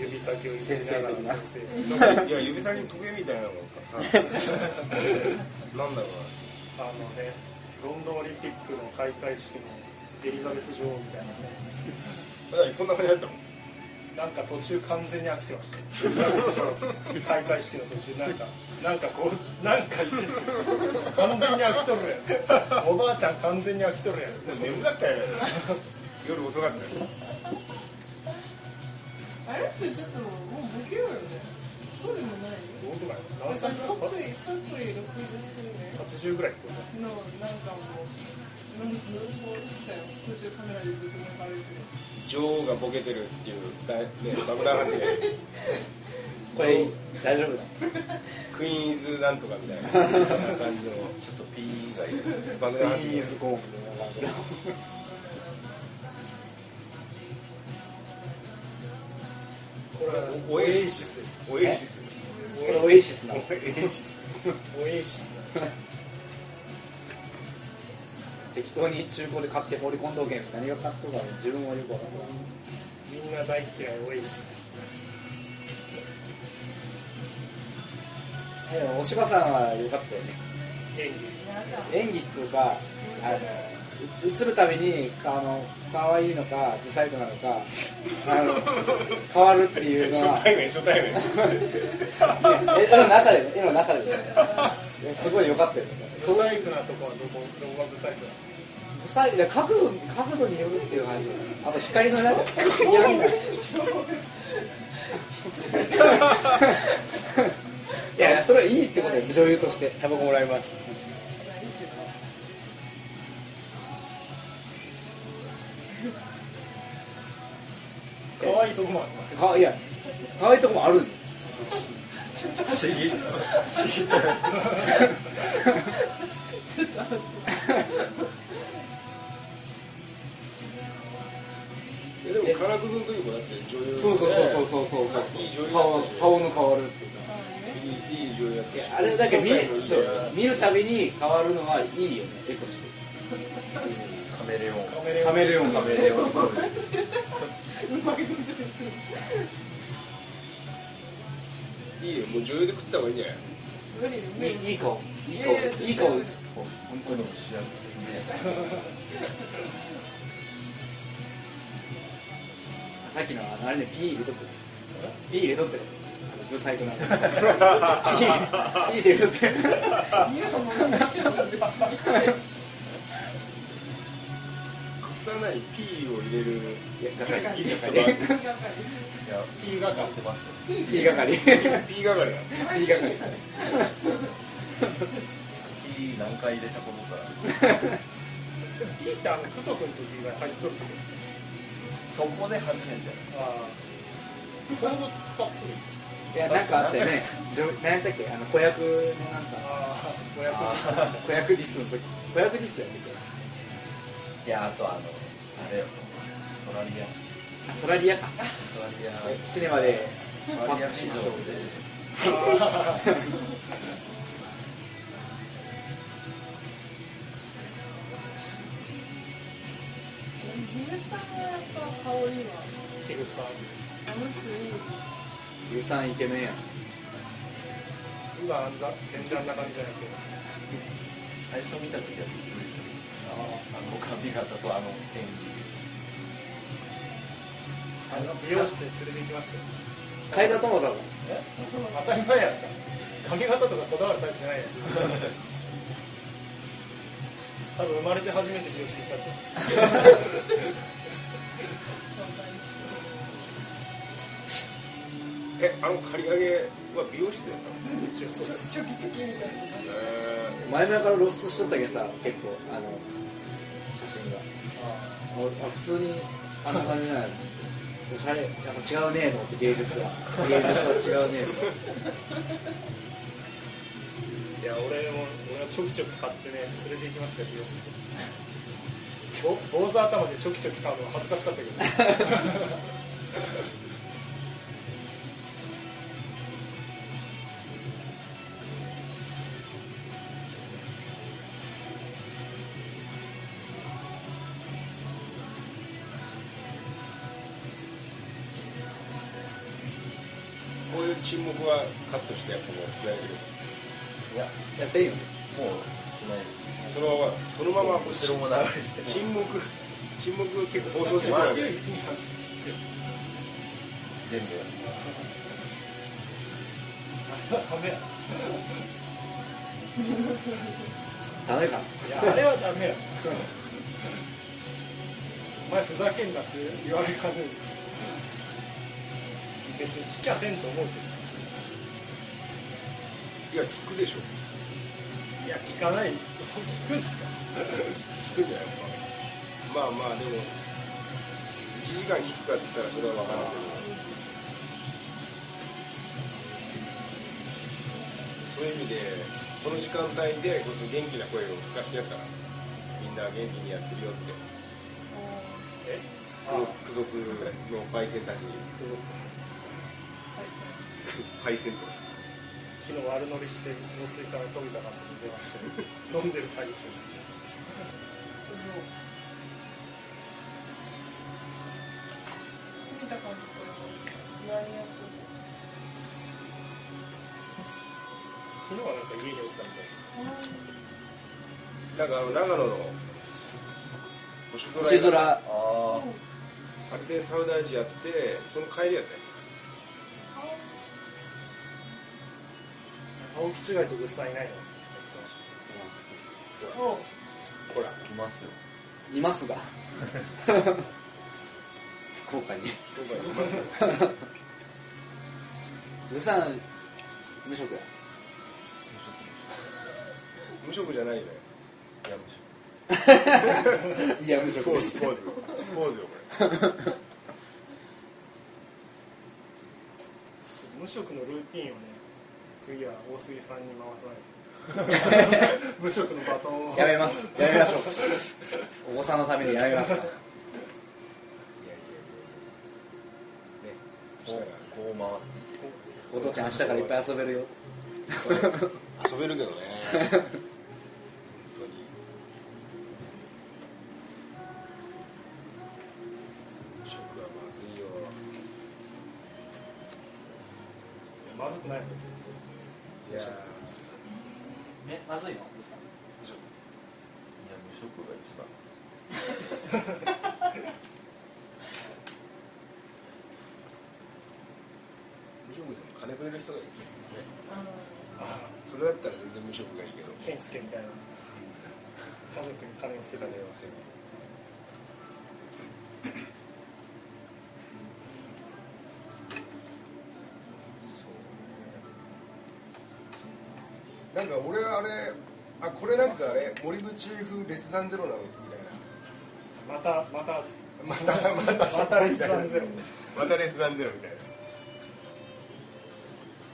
Speaker 3: 指先をいじりながら
Speaker 4: 先生的な
Speaker 3: 先生
Speaker 8: なんかいや指先に時計みたいなのがさなんだろう
Speaker 3: あのね、ロンドンオリンピックの開会式のエリザベス女王みたいなね、
Speaker 8: なえこんな感じだったの
Speaker 3: なんか途中完全に飽きてましたよ、エリザベス女王、開会式の途中、なんか、なんかこう、なんか一部、完全に飽きとるやん、おばあちゃん完全に飽きとるやん、
Speaker 8: もう眠かったよ夜遅かったよ
Speaker 7: あれそれちょっともう不器用よねそうでもない
Speaker 3: どうとか
Speaker 7: なん
Speaker 3: よ、何
Speaker 7: か
Speaker 3: 歳だろ
Speaker 7: 即位即位60周年
Speaker 3: 80ぐらいってこ
Speaker 7: のなんかもうなんかずっとしてたよ途中カメラでずっと流れてる
Speaker 8: 女王がボケてるっていう大、ね、爆弾発言
Speaker 11: これ大丈夫だ
Speaker 8: クイーンズなんとかみたいな感じの
Speaker 5: ちょっと P 以外で
Speaker 8: 爆弾発言
Speaker 4: コーンみたいな感じ
Speaker 3: と、これはオエシスです、
Speaker 8: オエシス
Speaker 4: これオエシスなの
Speaker 8: オエシス
Speaker 3: オエシスなんです
Speaker 4: 適当に中古で買って放り込んどけん何が買っとるか自分はよくわかんない
Speaker 3: みんな大嫌い、オエシス。
Speaker 4: でもお芝さんは良かったよね
Speaker 3: 演技
Speaker 7: やだ
Speaker 4: 演技っつうかあのう映るたびにかあの可愛いのかブサイクなのかあの変わるっていうのは
Speaker 8: 初対面初対面
Speaker 4: 絵の中でね絵の中でねいやすごい良かったよね
Speaker 3: ブサイクなとこはどこ、どこがブサイクなの
Speaker 4: ブサイク角度角度によるっていう感じあと光の中闇が失礼いやいやそれはいいってことよ女優としてタバコもらいます
Speaker 3: 可愛いとこもある
Speaker 4: かいや可愛いとこもあるんだよ
Speaker 5: 不思議
Speaker 8: えでも金具の時もだって女優
Speaker 4: そうそうそうそうそうそう
Speaker 8: いい女
Speaker 4: そう
Speaker 8: 優
Speaker 4: 顔
Speaker 8: だったし
Speaker 4: 顔の変わるっていうか
Speaker 8: ういいいい女優やっ
Speaker 4: い
Speaker 8: たし
Speaker 4: やあれだけ見
Speaker 8: 今回もいい女優やっ
Speaker 4: 見るたびに変わるのはいいよね絵として
Speaker 5: カメレオン
Speaker 3: カメレオン
Speaker 4: カメレオンが
Speaker 5: カメレオン
Speaker 8: たいいよもう女優で食った方がいいんじゃない
Speaker 7: 無理無理
Speaker 4: いい顔いい
Speaker 7: いやいや
Speaker 4: 顔いい顔です
Speaker 5: 本当に主役的ね
Speaker 4: さっきのあのあれね P 入れとく P 入れとってあのブサイクなの P 入れとって
Speaker 8: 草なり P を入れる
Speaker 4: いや係
Speaker 8: 技術とかある
Speaker 7: がかり
Speaker 5: いや
Speaker 3: P が
Speaker 5: 買ってますよ
Speaker 4: P 係 P
Speaker 8: P 係だ
Speaker 4: 係ですね
Speaker 5: P 何回入れたことか
Speaker 3: でも P ってあの付属の時以外入っとるんです
Speaker 5: そこで初めて
Speaker 3: ああそういうこと使ってる
Speaker 4: いやなんかあったよねじょ何やったっけあの子役のなんか
Speaker 3: ああお役に立
Speaker 5: あ
Speaker 4: 子役ディスの時子役ディスやってて
Speaker 5: いやあとあのあれよソラリア
Speaker 4: あソラリアか
Speaker 5: ソラリア
Speaker 4: シネマで
Speaker 5: ソラリア市場で
Speaker 7: ヒルさんはやっぱ香りは
Speaker 3: つヒルさん
Speaker 7: あの人いい
Speaker 4: ゆうさんイケメンやん
Speaker 3: 今あんざ全然あんな感じじゃないけど
Speaker 5: 最初見た時はびっくりしたあの髪型とあの演
Speaker 3: あの美容室に連れて行きましたよ
Speaker 4: 海田友さんだ
Speaker 3: えそんな当たり前やった髪型とかこだわるタイプじゃないやん多分生まれて初めて美容室行ったじゃん
Speaker 8: えあの刈り上げは美容室でやったんです
Speaker 3: 一応そうです
Speaker 7: チョキチョキみたいな
Speaker 8: ね
Speaker 4: 前々から露出しとったけどさ結構あの写真が俺あ普通にあんな感じじゃないおしゃれやっぱ違うねえと思って芸術は芸術は違うねえと
Speaker 3: いや俺も俺はちょきちょき買ってね連れて行きましたよ美容室ぼ坊主頭でちょきちょき買うのは恥ずかしかったけど
Speaker 8: こういう沈黙はカットしてやっぱもう伝える
Speaker 5: いや
Speaker 10: いやせんよ
Speaker 5: もうしないです
Speaker 8: そのままそのまま
Speaker 5: 後ろも流れて
Speaker 8: 沈黙沈黙結構放送してますよね
Speaker 3: あ
Speaker 5: 全部やる
Speaker 3: れはダメ
Speaker 10: ダメ
Speaker 3: や
Speaker 10: か
Speaker 3: いやあれはダメやお前ふざけんなって言われかねえ別に聞きゃせんと思うけどさ
Speaker 8: いや聞くでしょ
Speaker 3: いや聞かない聞くんすか
Speaker 8: 聞くんじゃないですかまあまあでも1時間聞くかっつったらそれは分からんけどそういう意味でこの時間帯でこそ元気な声を聞かせてやったらみんな元気にやってるよって
Speaker 3: え
Speaker 8: 付属のパイセンたちにパイセンと
Speaker 3: 昨日悪乗りして農水産の富田監督に電話して飲んでる最中
Speaker 7: 見た感じこれ何やってる
Speaker 3: 昨日はなんか家におったみたい
Speaker 8: なんかあの長野の星空
Speaker 10: 星空
Speaker 5: あ
Speaker 8: あれでサウダージやってその帰りやったよ
Speaker 3: 青木違いとぐっさんいないのって言ってました
Speaker 8: ほら
Speaker 5: いますよ
Speaker 10: いますが福岡に
Speaker 8: 今回いますよ
Speaker 10: ずさん無職や
Speaker 5: 無職無
Speaker 8: 無職じゃないのよ
Speaker 5: 職いや無職
Speaker 10: いや無職
Speaker 8: ポ
Speaker 10: で
Speaker 8: ーズ
Speaker 10: す
Speaker 8: ポーズポーズよこれ
Speaker 3: 無職のルーティンをね次は大杉さんに回さないと無職のバトンを
Speaker 10: やめますやめましょうお子さんのためにやめますか
Speaker 5: こうこう回って
Speaker 10: お父ちゃん明日からいっぱい遊べるよ
Speaker 8: 遊べるけどね本当に無職はまずいよ
Speaker 3: まずくないもん全然
Speaker 8: いや
Speaker 10: えまずいの
Speaker 5: いや無職が一番
Speaker 8: 無職でも金くれる人がいいけどねそれだったら全然無職がいいけど
Speaker 3: 健介みたいな家族に金をつけた
Speaker 8: 金
Speaker 3: り
Speaker 8: はせない
Speaker 6: なんか俺あれあこれなんかあれ森口風レスザンゼロなのみたいな
Speaker 3: またまた
Speaker 6: またまた
Speaker 3: またレスザンゼロ
Speaker 8: またレスダンゼロみたいな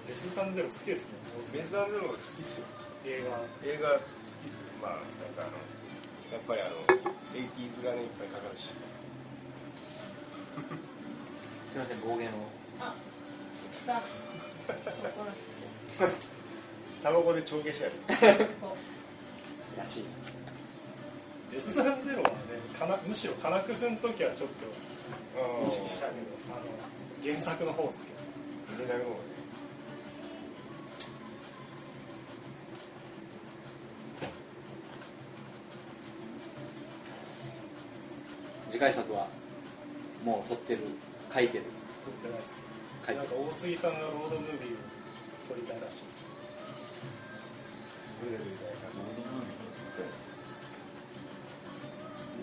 Speaker 3: レスザンゼロ好きですね大杉
Speaker 8: レスダンゼロ好きっすよ
Speaker 3: 映画
Speaker 8: 映画好きっすよまあなんかあのやっぱりあの 80s がねいっぱいかかるし
Speaker 10: すいません暴言を
Speaker 7: スタッフそこら
Speaker 8: タバコで帳消しやる
Speaker 10: らしい
Speaker 3: レスザンゼロはねかなむしろ金くずの時はちょっと意識したけどあの原作の方っすけど
Speaker 8: 入れない方が
Speaker 10: 次回作はもう撮ってる書いてる
Speaker 3: 撮ってないっす
Speaker 10: 書い
Speaker 3: な
Speaker 10: て
Speaker 3: ん
Speaker 10: る
Speaker 3: か大杉さんがロードムービーを撮りたいらしいです
Speaker 8: ブレるみたいな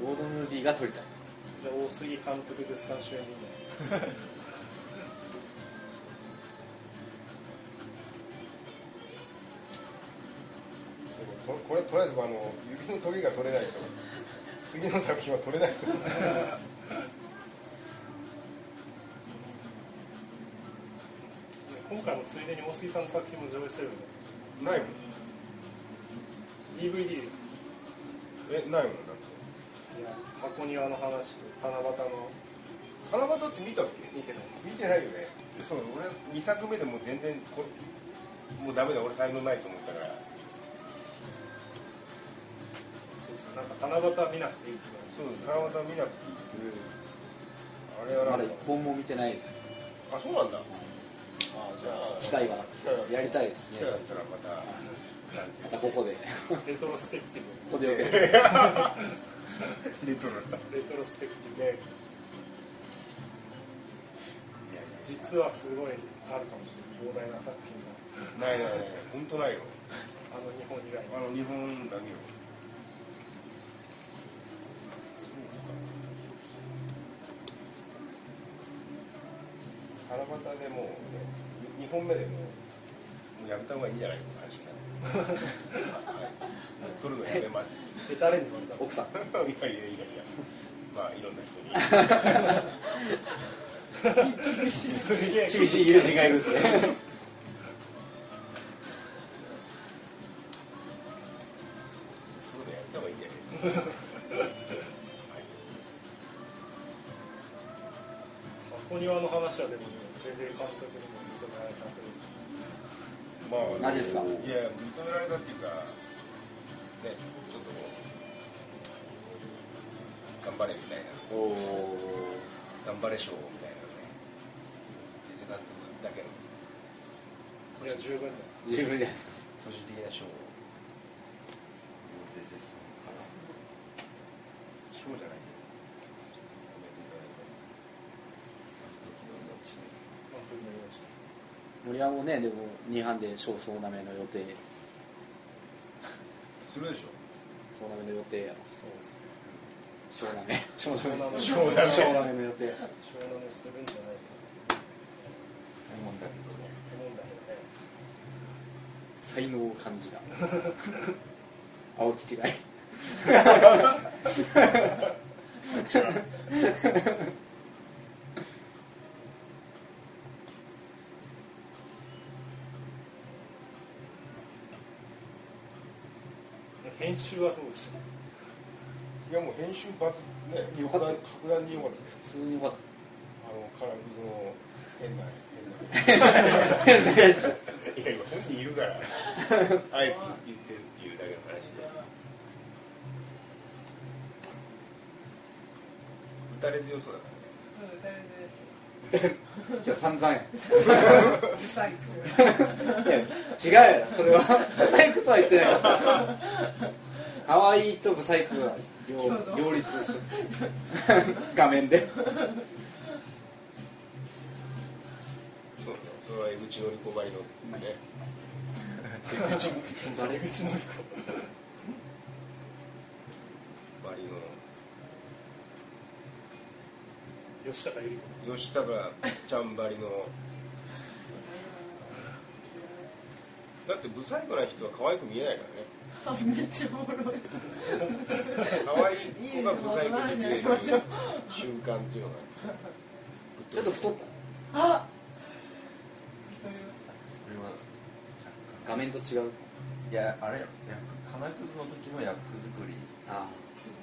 Speaker 5: ロードムー
Speaker 10: ロードムービ
Speaker 5: ビー撮りたいです
Speaker 10: ーが撮りたい
Speaker 3: じゃあ大杉監督グッサン主演でいいんじゃないですか
Speaker 6: とこれとりあえずあの指のトゲが取れないと次の作品は取れないと思う
Speaker 3: 今回もついでに大杉さんの作品も上映するんで
Speaker 8: ないもん
Speaker 3: DVD でい
Speaker 8: えないもんだっ
Speaker 3: や箱庭の話と七夕の
Speaker 8: て七夕って見たっけ
Speaker 3: 見てないです
Speaker 6: 見てないよね
Speaker 8: そう俺2作目でもう全然これもうダメだ俺才能ないと思ったから
Speaker 3: そうそうなんか七夕見なくていいって言われて
Speaker 8: そう七夕見なくていいあれ
Speaker 4: ま
Speaker 8: は
Speaker 4: だ
Speaker 8: な
Speaker 4: 一
Speaker 8: んか
Speaker 4: 本も見てないです
Speaker 8: あそうなんだあじゃあ
Speaker 4: 機会がな
Speaker 8: 機会が
Speaker 4: くてやりたいですね
Speaker 8: 機会があったらまたなんてい
Speaker 4: またここ でこ
Speaker 3: レトロスペクティ
Speaker 4: こでよければ
Speaker 8: うレトロな
Speaker 3: ブレトロスペクティブで実はすごいあるかもしれない膨大な作品が
Speaker 8: ないないない本当ないよ
Speaker 3: あの日本以外に
Speaker 8: あの日本だけよ
Speaker 6: 七夕でもうね
Speaker 8: 2本目でもうもうやめた方がいいんじゃないの話がはいもう来るのやめます
Speaker 3: で誰に言われたんです
Speaker 4: 奥さん
Speaker 8: いやいやいやいやまあいろんな人に
Speaker 3: すげえ
Speaker 4: 厳しい友人がいるんですね
Speaker 8: そうだやった方がいいんじゃない
Speaker 3: 箱庭の話はでもね全然監督にも認められたというか
Speaker 8: まあ、
Speaker 4: マジっすか
Speaker 8: いや、認められたっていうか、ね、ちょっとこう、頑張れみたいな、
Speaker 4: おお
Speaker 8: 頑張れ賞みたいなね、伊勢監督だけの
Speaker 3: これは十分なんです
Speaker 4: 十分じゃないですか
Speaker 8: 個人的な賞を、
Speaker 5: 全然そのかな
Speaker 8: 賞じゃないけど、ちょっと褒めていただいて、時の命に
Speaker 3: 本当によろしい
Speaker 4: 森山もねでも2班で小総なめの予定
Speaker 8: するでしょ、
Speaker 4: 総なめの予定やろ
Speaker 3: そうですね
Speaker 4: 小なめ小
Speaker 3: 湘南の湘
Speaker 8: そうだね
Speaker 4: なめの予定
Speaker 3: 南するんじゃないか
Speaker 5: 思うんだけどね
Speaker 3: と思うんだけどね
Speaker 4: 才能を感 じた青木違い
Speaker 3: 編集はどうでした
Speaker 8: いや、もう編集抜、ね、
Speaker 4: よかった
Speaker 8: 格段に良かったです
Speaker 4: 普通によか った
Speaker 8: あの、カラビズの変な、変な。いや、今本人い るから、あえて言ってるっていうだけの話で。打たれ強そうだからね。
Speaker 4: いや散々や
Speaker 7: サイ
Speaker 4: いや違うやろそれはブサイクとは言ってないから可愛いとブサイクが両両立し画面で
Speaker 8: そうだね。それは江口のりこばりのっていうね。
Speaker 4: 誰口の
Speaker 8: ばり
Speaker 3: 吉高由里子
Speaker 8: の。吉高ちゃんばりの。だって、不細工な人は可愛く見えないか
Speaker 12: めっちゃおもろい
Speaker 8: らね。可愛い子が不細工に見える瞬間っていうのが。
Speaker 4: ちょっと太った
Speaker 12: あ
Speaker 5: それは若干
Speaker 4: 画面と違う
Speaker 5: いやあれ役金くずの時の役作り
Speaker 4: ああ
Speaker 12: そうそ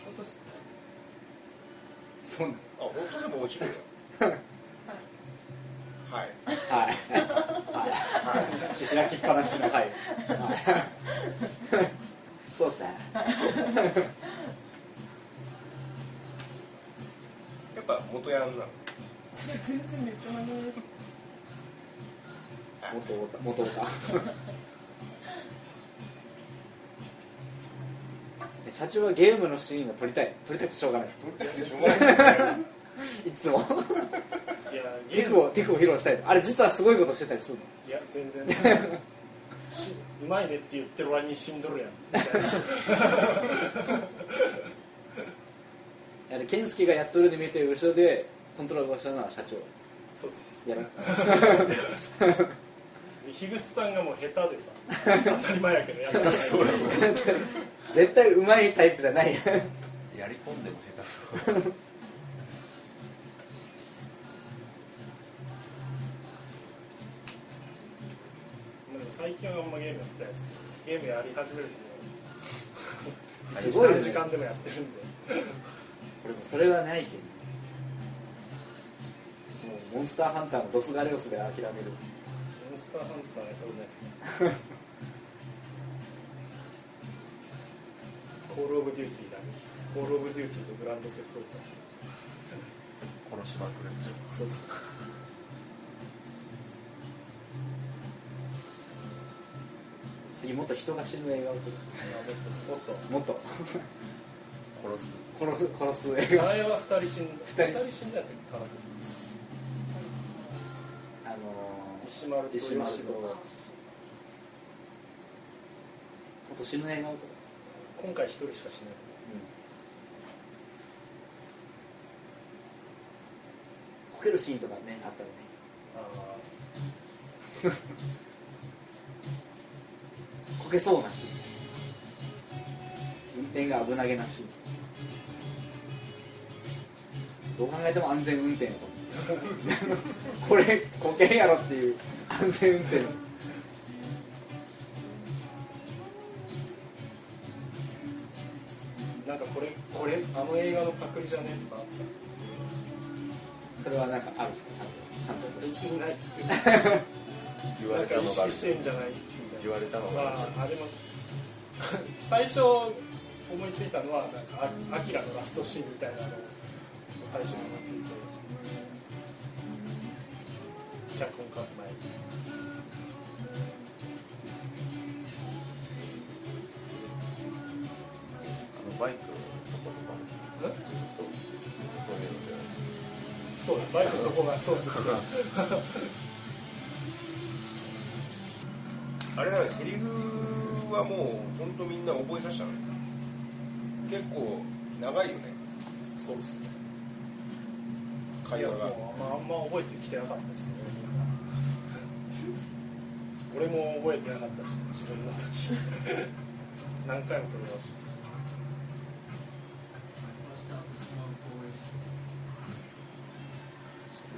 Speaker 12: う落とした
Speaker 4: そんな
Speaker 8: あ、本当でも落ちる よ。はい。
Speaker 4: はいはい口開きっぱなしのはい、はい、そうさ
Speaker 8: やっぱ元ヤンなの。
Speaker 12: いや全然めっちゃ長いです
Speaker 4: 元オタ元オ タ社長はゲームのシーンが撮りたい撮りたくてしょうがないいつも
Speaker 3: いやゲー
Speaker 4: テク
Speaker 3: ム
Speaker 4: をテクを披露したいあれ実はすごいことしてたりするの
Speaker 3: いや全然しうまいねって言ってる割に死んどるやんみたいない
Speaker 4: やで健介がやっとるで見えてる後ろでコントロールをしたのは社長
Speaker 3: そうです
Speaker 4: やら
Speaker 3: で樋口さんがもう下手でさ当たり前やけどや ったない
Speaker 4: 絶対うまいタイプじゃない
Speaker 5: やり込んでも下手そう
Speaker 3: でも最近はあんまゲームやってないですゲームやり始めるとね
Speaker 4: す ごいよね
Speaker 3: 時間でもやってるんで
Speaker 4: 俺もそれはないけどもうモンスターハンターのドスガレオスで諦める
Speaker 3: モンスターハンターやったことないですねコールオブデューティーだけですコールオブデューティーとグランドセフトオーバー
Speaker 5: 殺しまくるんじゃん
Speaker 3: そうそう
Speaker 4: 次もっと人が死ぬ映画を撮る
Speaker 3: あもっとも っ
Speaker 4: もっと
Speaker 5: 殺す
Speaker 4: 殺す殺す映
Speaker 3: と
Speaker 4: 画
Speaker 3: 前は2人死んだ
Speaker 4: 二
Speaker 3: 死
Speaker 4: 人
Speaker 3: んだやったっけカラク
Speaker 4: あのー、
Speaker 3: 石丸と
Speaker 4: 石丸と
Speaker 3: 吉野
Speaker 4: もっと死ぬ映画を撮る
Speaker 3: 今回1人しか死ないと
Speaker 4: こけるシーンとかねあったらね
Speaker 3: 思うあ
Speaker 4: こけそうなシーン運転が危なげなシーンどう考えても安全運転やと思う これこけんやろっていう安全運転
Speaker 3: ーなんかこれこれあの映画のパクリじゃねとかあっ
Speaker 4: それはなんかあるんですかちゃんとちゃんと
Speaker 3: た
Speaker 4: と
Speaker 3: 別にないですけど
Speaker 5: 言わ
Speaker 3: な
Speaker 5: れ
Speaker 3: んか
Speaker 5: た
Speaker 3: 意
Speaker 5: のがあ
Speaker 3: 識
Speaker 5: る
Speaker 3: してんじゃないみたいな
Speaker 5: 言われたのがある
Speaker 3: まああれも最初思いついたのはなんかあアキラのラストシーンみたいなのを最初に思いついて脚本考えて
Speaker 5: あのバイクのとことかもそういうのじゃない
Speaker 3: そうだバイクのとこがそうですよ
Speaker 8: あれだねセリフはもう本当みんな覚えさせたのよ結構長いよね
Speaker 3: そうっすねい
Speaker 8: 会
Speaker 3: や
Speaker 8: 話
Speaker 3: もう
Speaker 8: が
Speaker 3: あんまあんま覚えてきてなかったですねみんな俺も覚えてなかったし自分の時 何回も撮り直した
Speaker 8: セ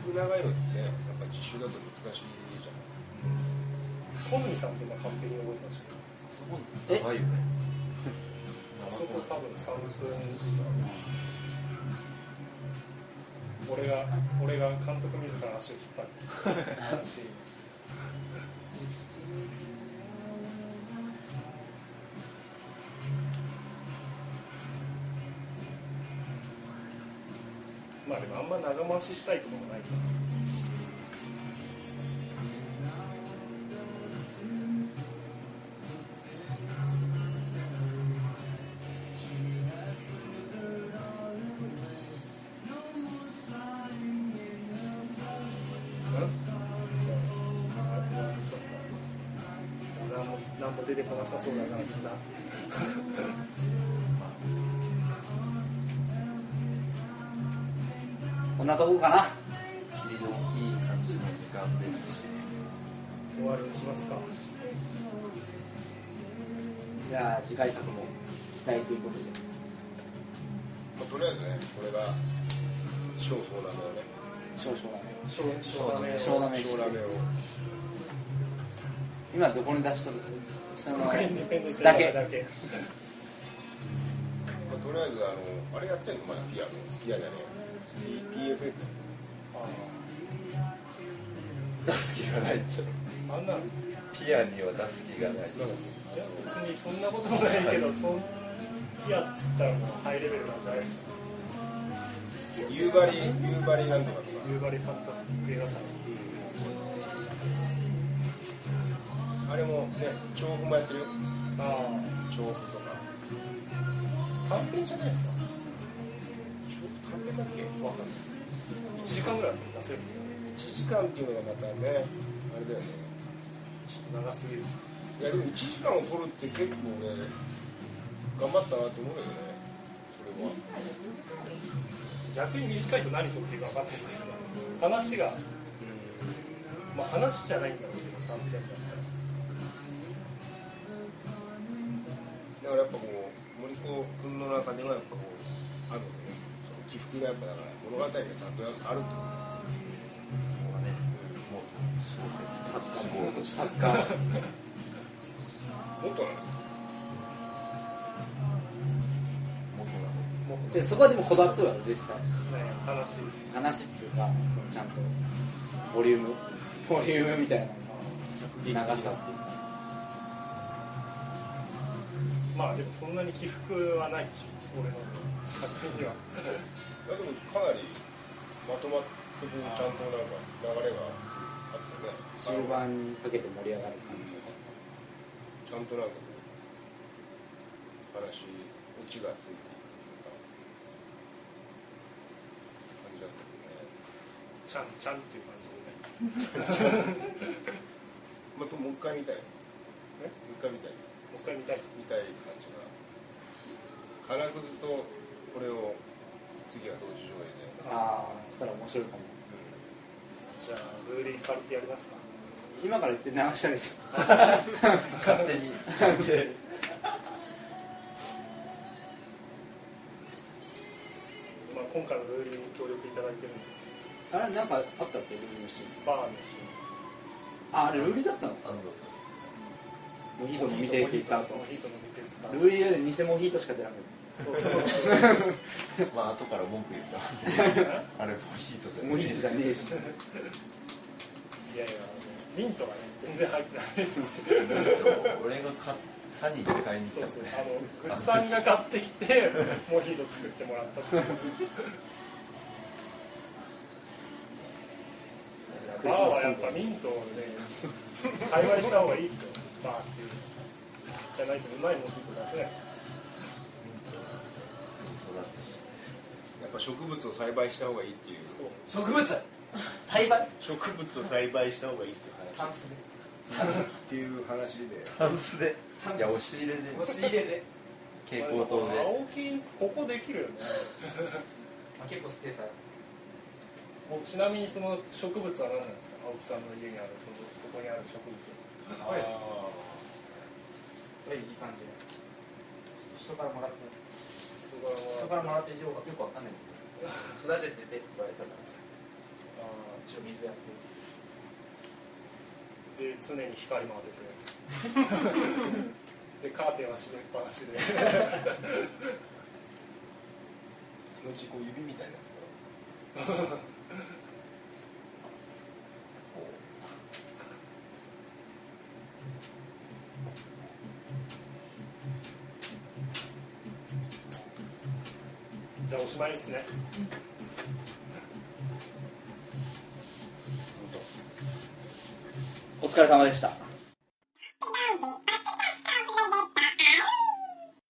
Speaker 8: リフ長いのってねやっぱ実習だと難しいじゃん
Speaker 3: 小泉さんとか完璧に覚えてましたね
Speaker 5: すごい長いよね
Speaker 3: あそこ多分3分俺が俺が監督自ら足を引っ張る話まあでもあんま長回ししたいとかもないからな何も何も出てこなさそうだなみんな
Speaker 4: こんなとこかな
Speaker 5: 霧のいい感じの時間ですし
Speaker 3: 終わりにしますか
Speaker 4: じゃあ次回作も期待ということで
Speaker 8: まあ、とりあえずねこれが小そうなのよね
Speaker 4: 少々だね
Speaker 3: 少少なめ
Speaker 4: 少なめ
Speaker 8: 小ラメを
Speaker 4: 今どこに出しとるその
Speaker 3: インディペンデント
Speaker 4: だけ
Speaker 3: だけ
Speaker 8: まあ、とりあえずあのあれやってんのまだピアノピアじゃねえ PFF
Speaker 5: 出す気がないっちゃ
Speaker 3: あんなの
Speaker 5: ピアには出す気がない
Speaker 3: いや別にそんなこともないけどそんピアっつったらもうハイレベルなんじゃないですか
Speaker 8: 夕張夕張なんとかとか
Speaker 3: 夕張ファンタスティック映画祭
Speaker 8: あれもね調布もやってるよ
Speaker 3: あ
Speaker 8: 調布とか
Speaker 3: あ短編じゃないですか
Speaker 8: 調布関連だっけわかんない
Speaker 3: 1時間ぐらいは出せるんですよね
Speaker 8: 1時間っていうのがまたねあれだよね
Speaker 3: ちょっと長すぎる
Speaker 8: いやでも1時間を取るって結構ね頑張ったなと思うよねそれは
Speaker 3: 逆に短いと何とっていうか分かんないですよ話が、まあ、話じゃないんだろうけど短編だったら
Speaker 8: だからやっぱこう森子君の中ではやっぱこうあるのねその起伏がやっぱだから物語がちゃんとあるってこと
Speaker 5: そこがねもう小説
Speaker 4: サッカーもサッカー
Speaker 8: もっとなんですよ
Speaker 3: もっと
Speaker 4: でそこはでもこだわっとるやろ実際
Speaker 3: ね話
Speaker 4: 話っつうかそのちゃんとボリュームボリュームみたいなの長さっていうか
Speaker 3: まあでもそんなに起伏はないし俺の作品には
Speaker 8: でもかなりまとまってこうちゃんとなんか流れがあってね
Speaker 4: 終盤にかけて盛り上がる感じとか
Speaker 8: ちゃんとなんかこう話オチがついていくっていうか感じだっ
Speaker 3: ちゃんちゃん
Speaker 8: たけどね
Speaker 3: っていう感じでね
Speaker 8: またもう一回見たいえもう一回見たい
Speaker 3: もう一回見たい
Speaker 8: 見たい感じが金くずとこれを次は同時上映で、
Speaker 4: ああそしたら面白いかも
Speaker 3: じゃあブルーレイ借りてやりますか
Speaker 4: 今から言って流したでしょ
Speaker 5: 勝手に
Speaker 3: まあ今回のブルーレイに協力いただいてるんで
Speaker 4: あれなんかあったっけルールのシーン
Speaker 3: バーのシーン
Speaker 4: ああれルールだったの
Speaker 5: あの
Speaker 4: モヒートの見て聞いた後
Speaker 3: モヒートの見てつた
Speaker 4: ルールより偽モヒートしか出なかっ
Speaker 3: そう そう
Speaker 5: まあ後から文句言ったあれ欲しいとじ
Speaker 4: た
Speaker 5: ゃ
Speaker 4: モヒートじゃねえし
Speaker 3: いやいやミントがね全然入ってない
Speaker 5: 俺が買っサニーに買いに行
Speaker 3: そう
Speaker 5: った
Speaker 3: そう
Speaker 5: もんね
Speaker 3: あのグッさんが買ってきてモヒート作ってもらったっていう
Speaker 4: ク
Speaker 3: バー
Speaker 4: リスマ
Speaker 3: は
Speaker 4: スソ
Speaker 3: や
Speaker 4: ン
Speaker 3: っ
Speaker 4: グ
Speaker 3: ぱミントをね幸いした方がいいですよバーっていうのじゃないとうまいモヒート出せない
Speaker 5: すぐ育つし
Speaker 8: やっぱ植物を栽培した方がいいっていう
Speaker 3: そう
Speaker 13: 植物栽培
Speaker 8: 植物を栽培した方がいいっていう
Speaker 13: タ
Speaker 8: 話
Speaker 13: ンスで
Speaker 8: っていう話で
Speaker 5: タンスでいや押し入れで
Speaker 13: 押し入れで、
Speaker 5: 蛍光灯で
Speaker 3: 青木ここできるよね
Speaker 13: まあ、結構スペースある
Speaker 3: もうちなみにその植物は何なんですか青木さんの家にあるそのそこにある植物
Speaker 13: あこれですこれいい感じで人からもらって
Speaker 3: 人柄
Speaker 13: 人
Speaker 3: は
Speaker 13: からもらってる量がよくわかんないんだけど育てててって言われたから
Speaker 3: あ
Speaker 13: 一応水やってる
Speaker 3: ーで常に光も当てて でカーテンは閉めっぱなしで
Speaker 8: そのうちこう指みたいなところ
Speaker 3: じゃあおしまいですね
Speaker 4: お疲れ様でした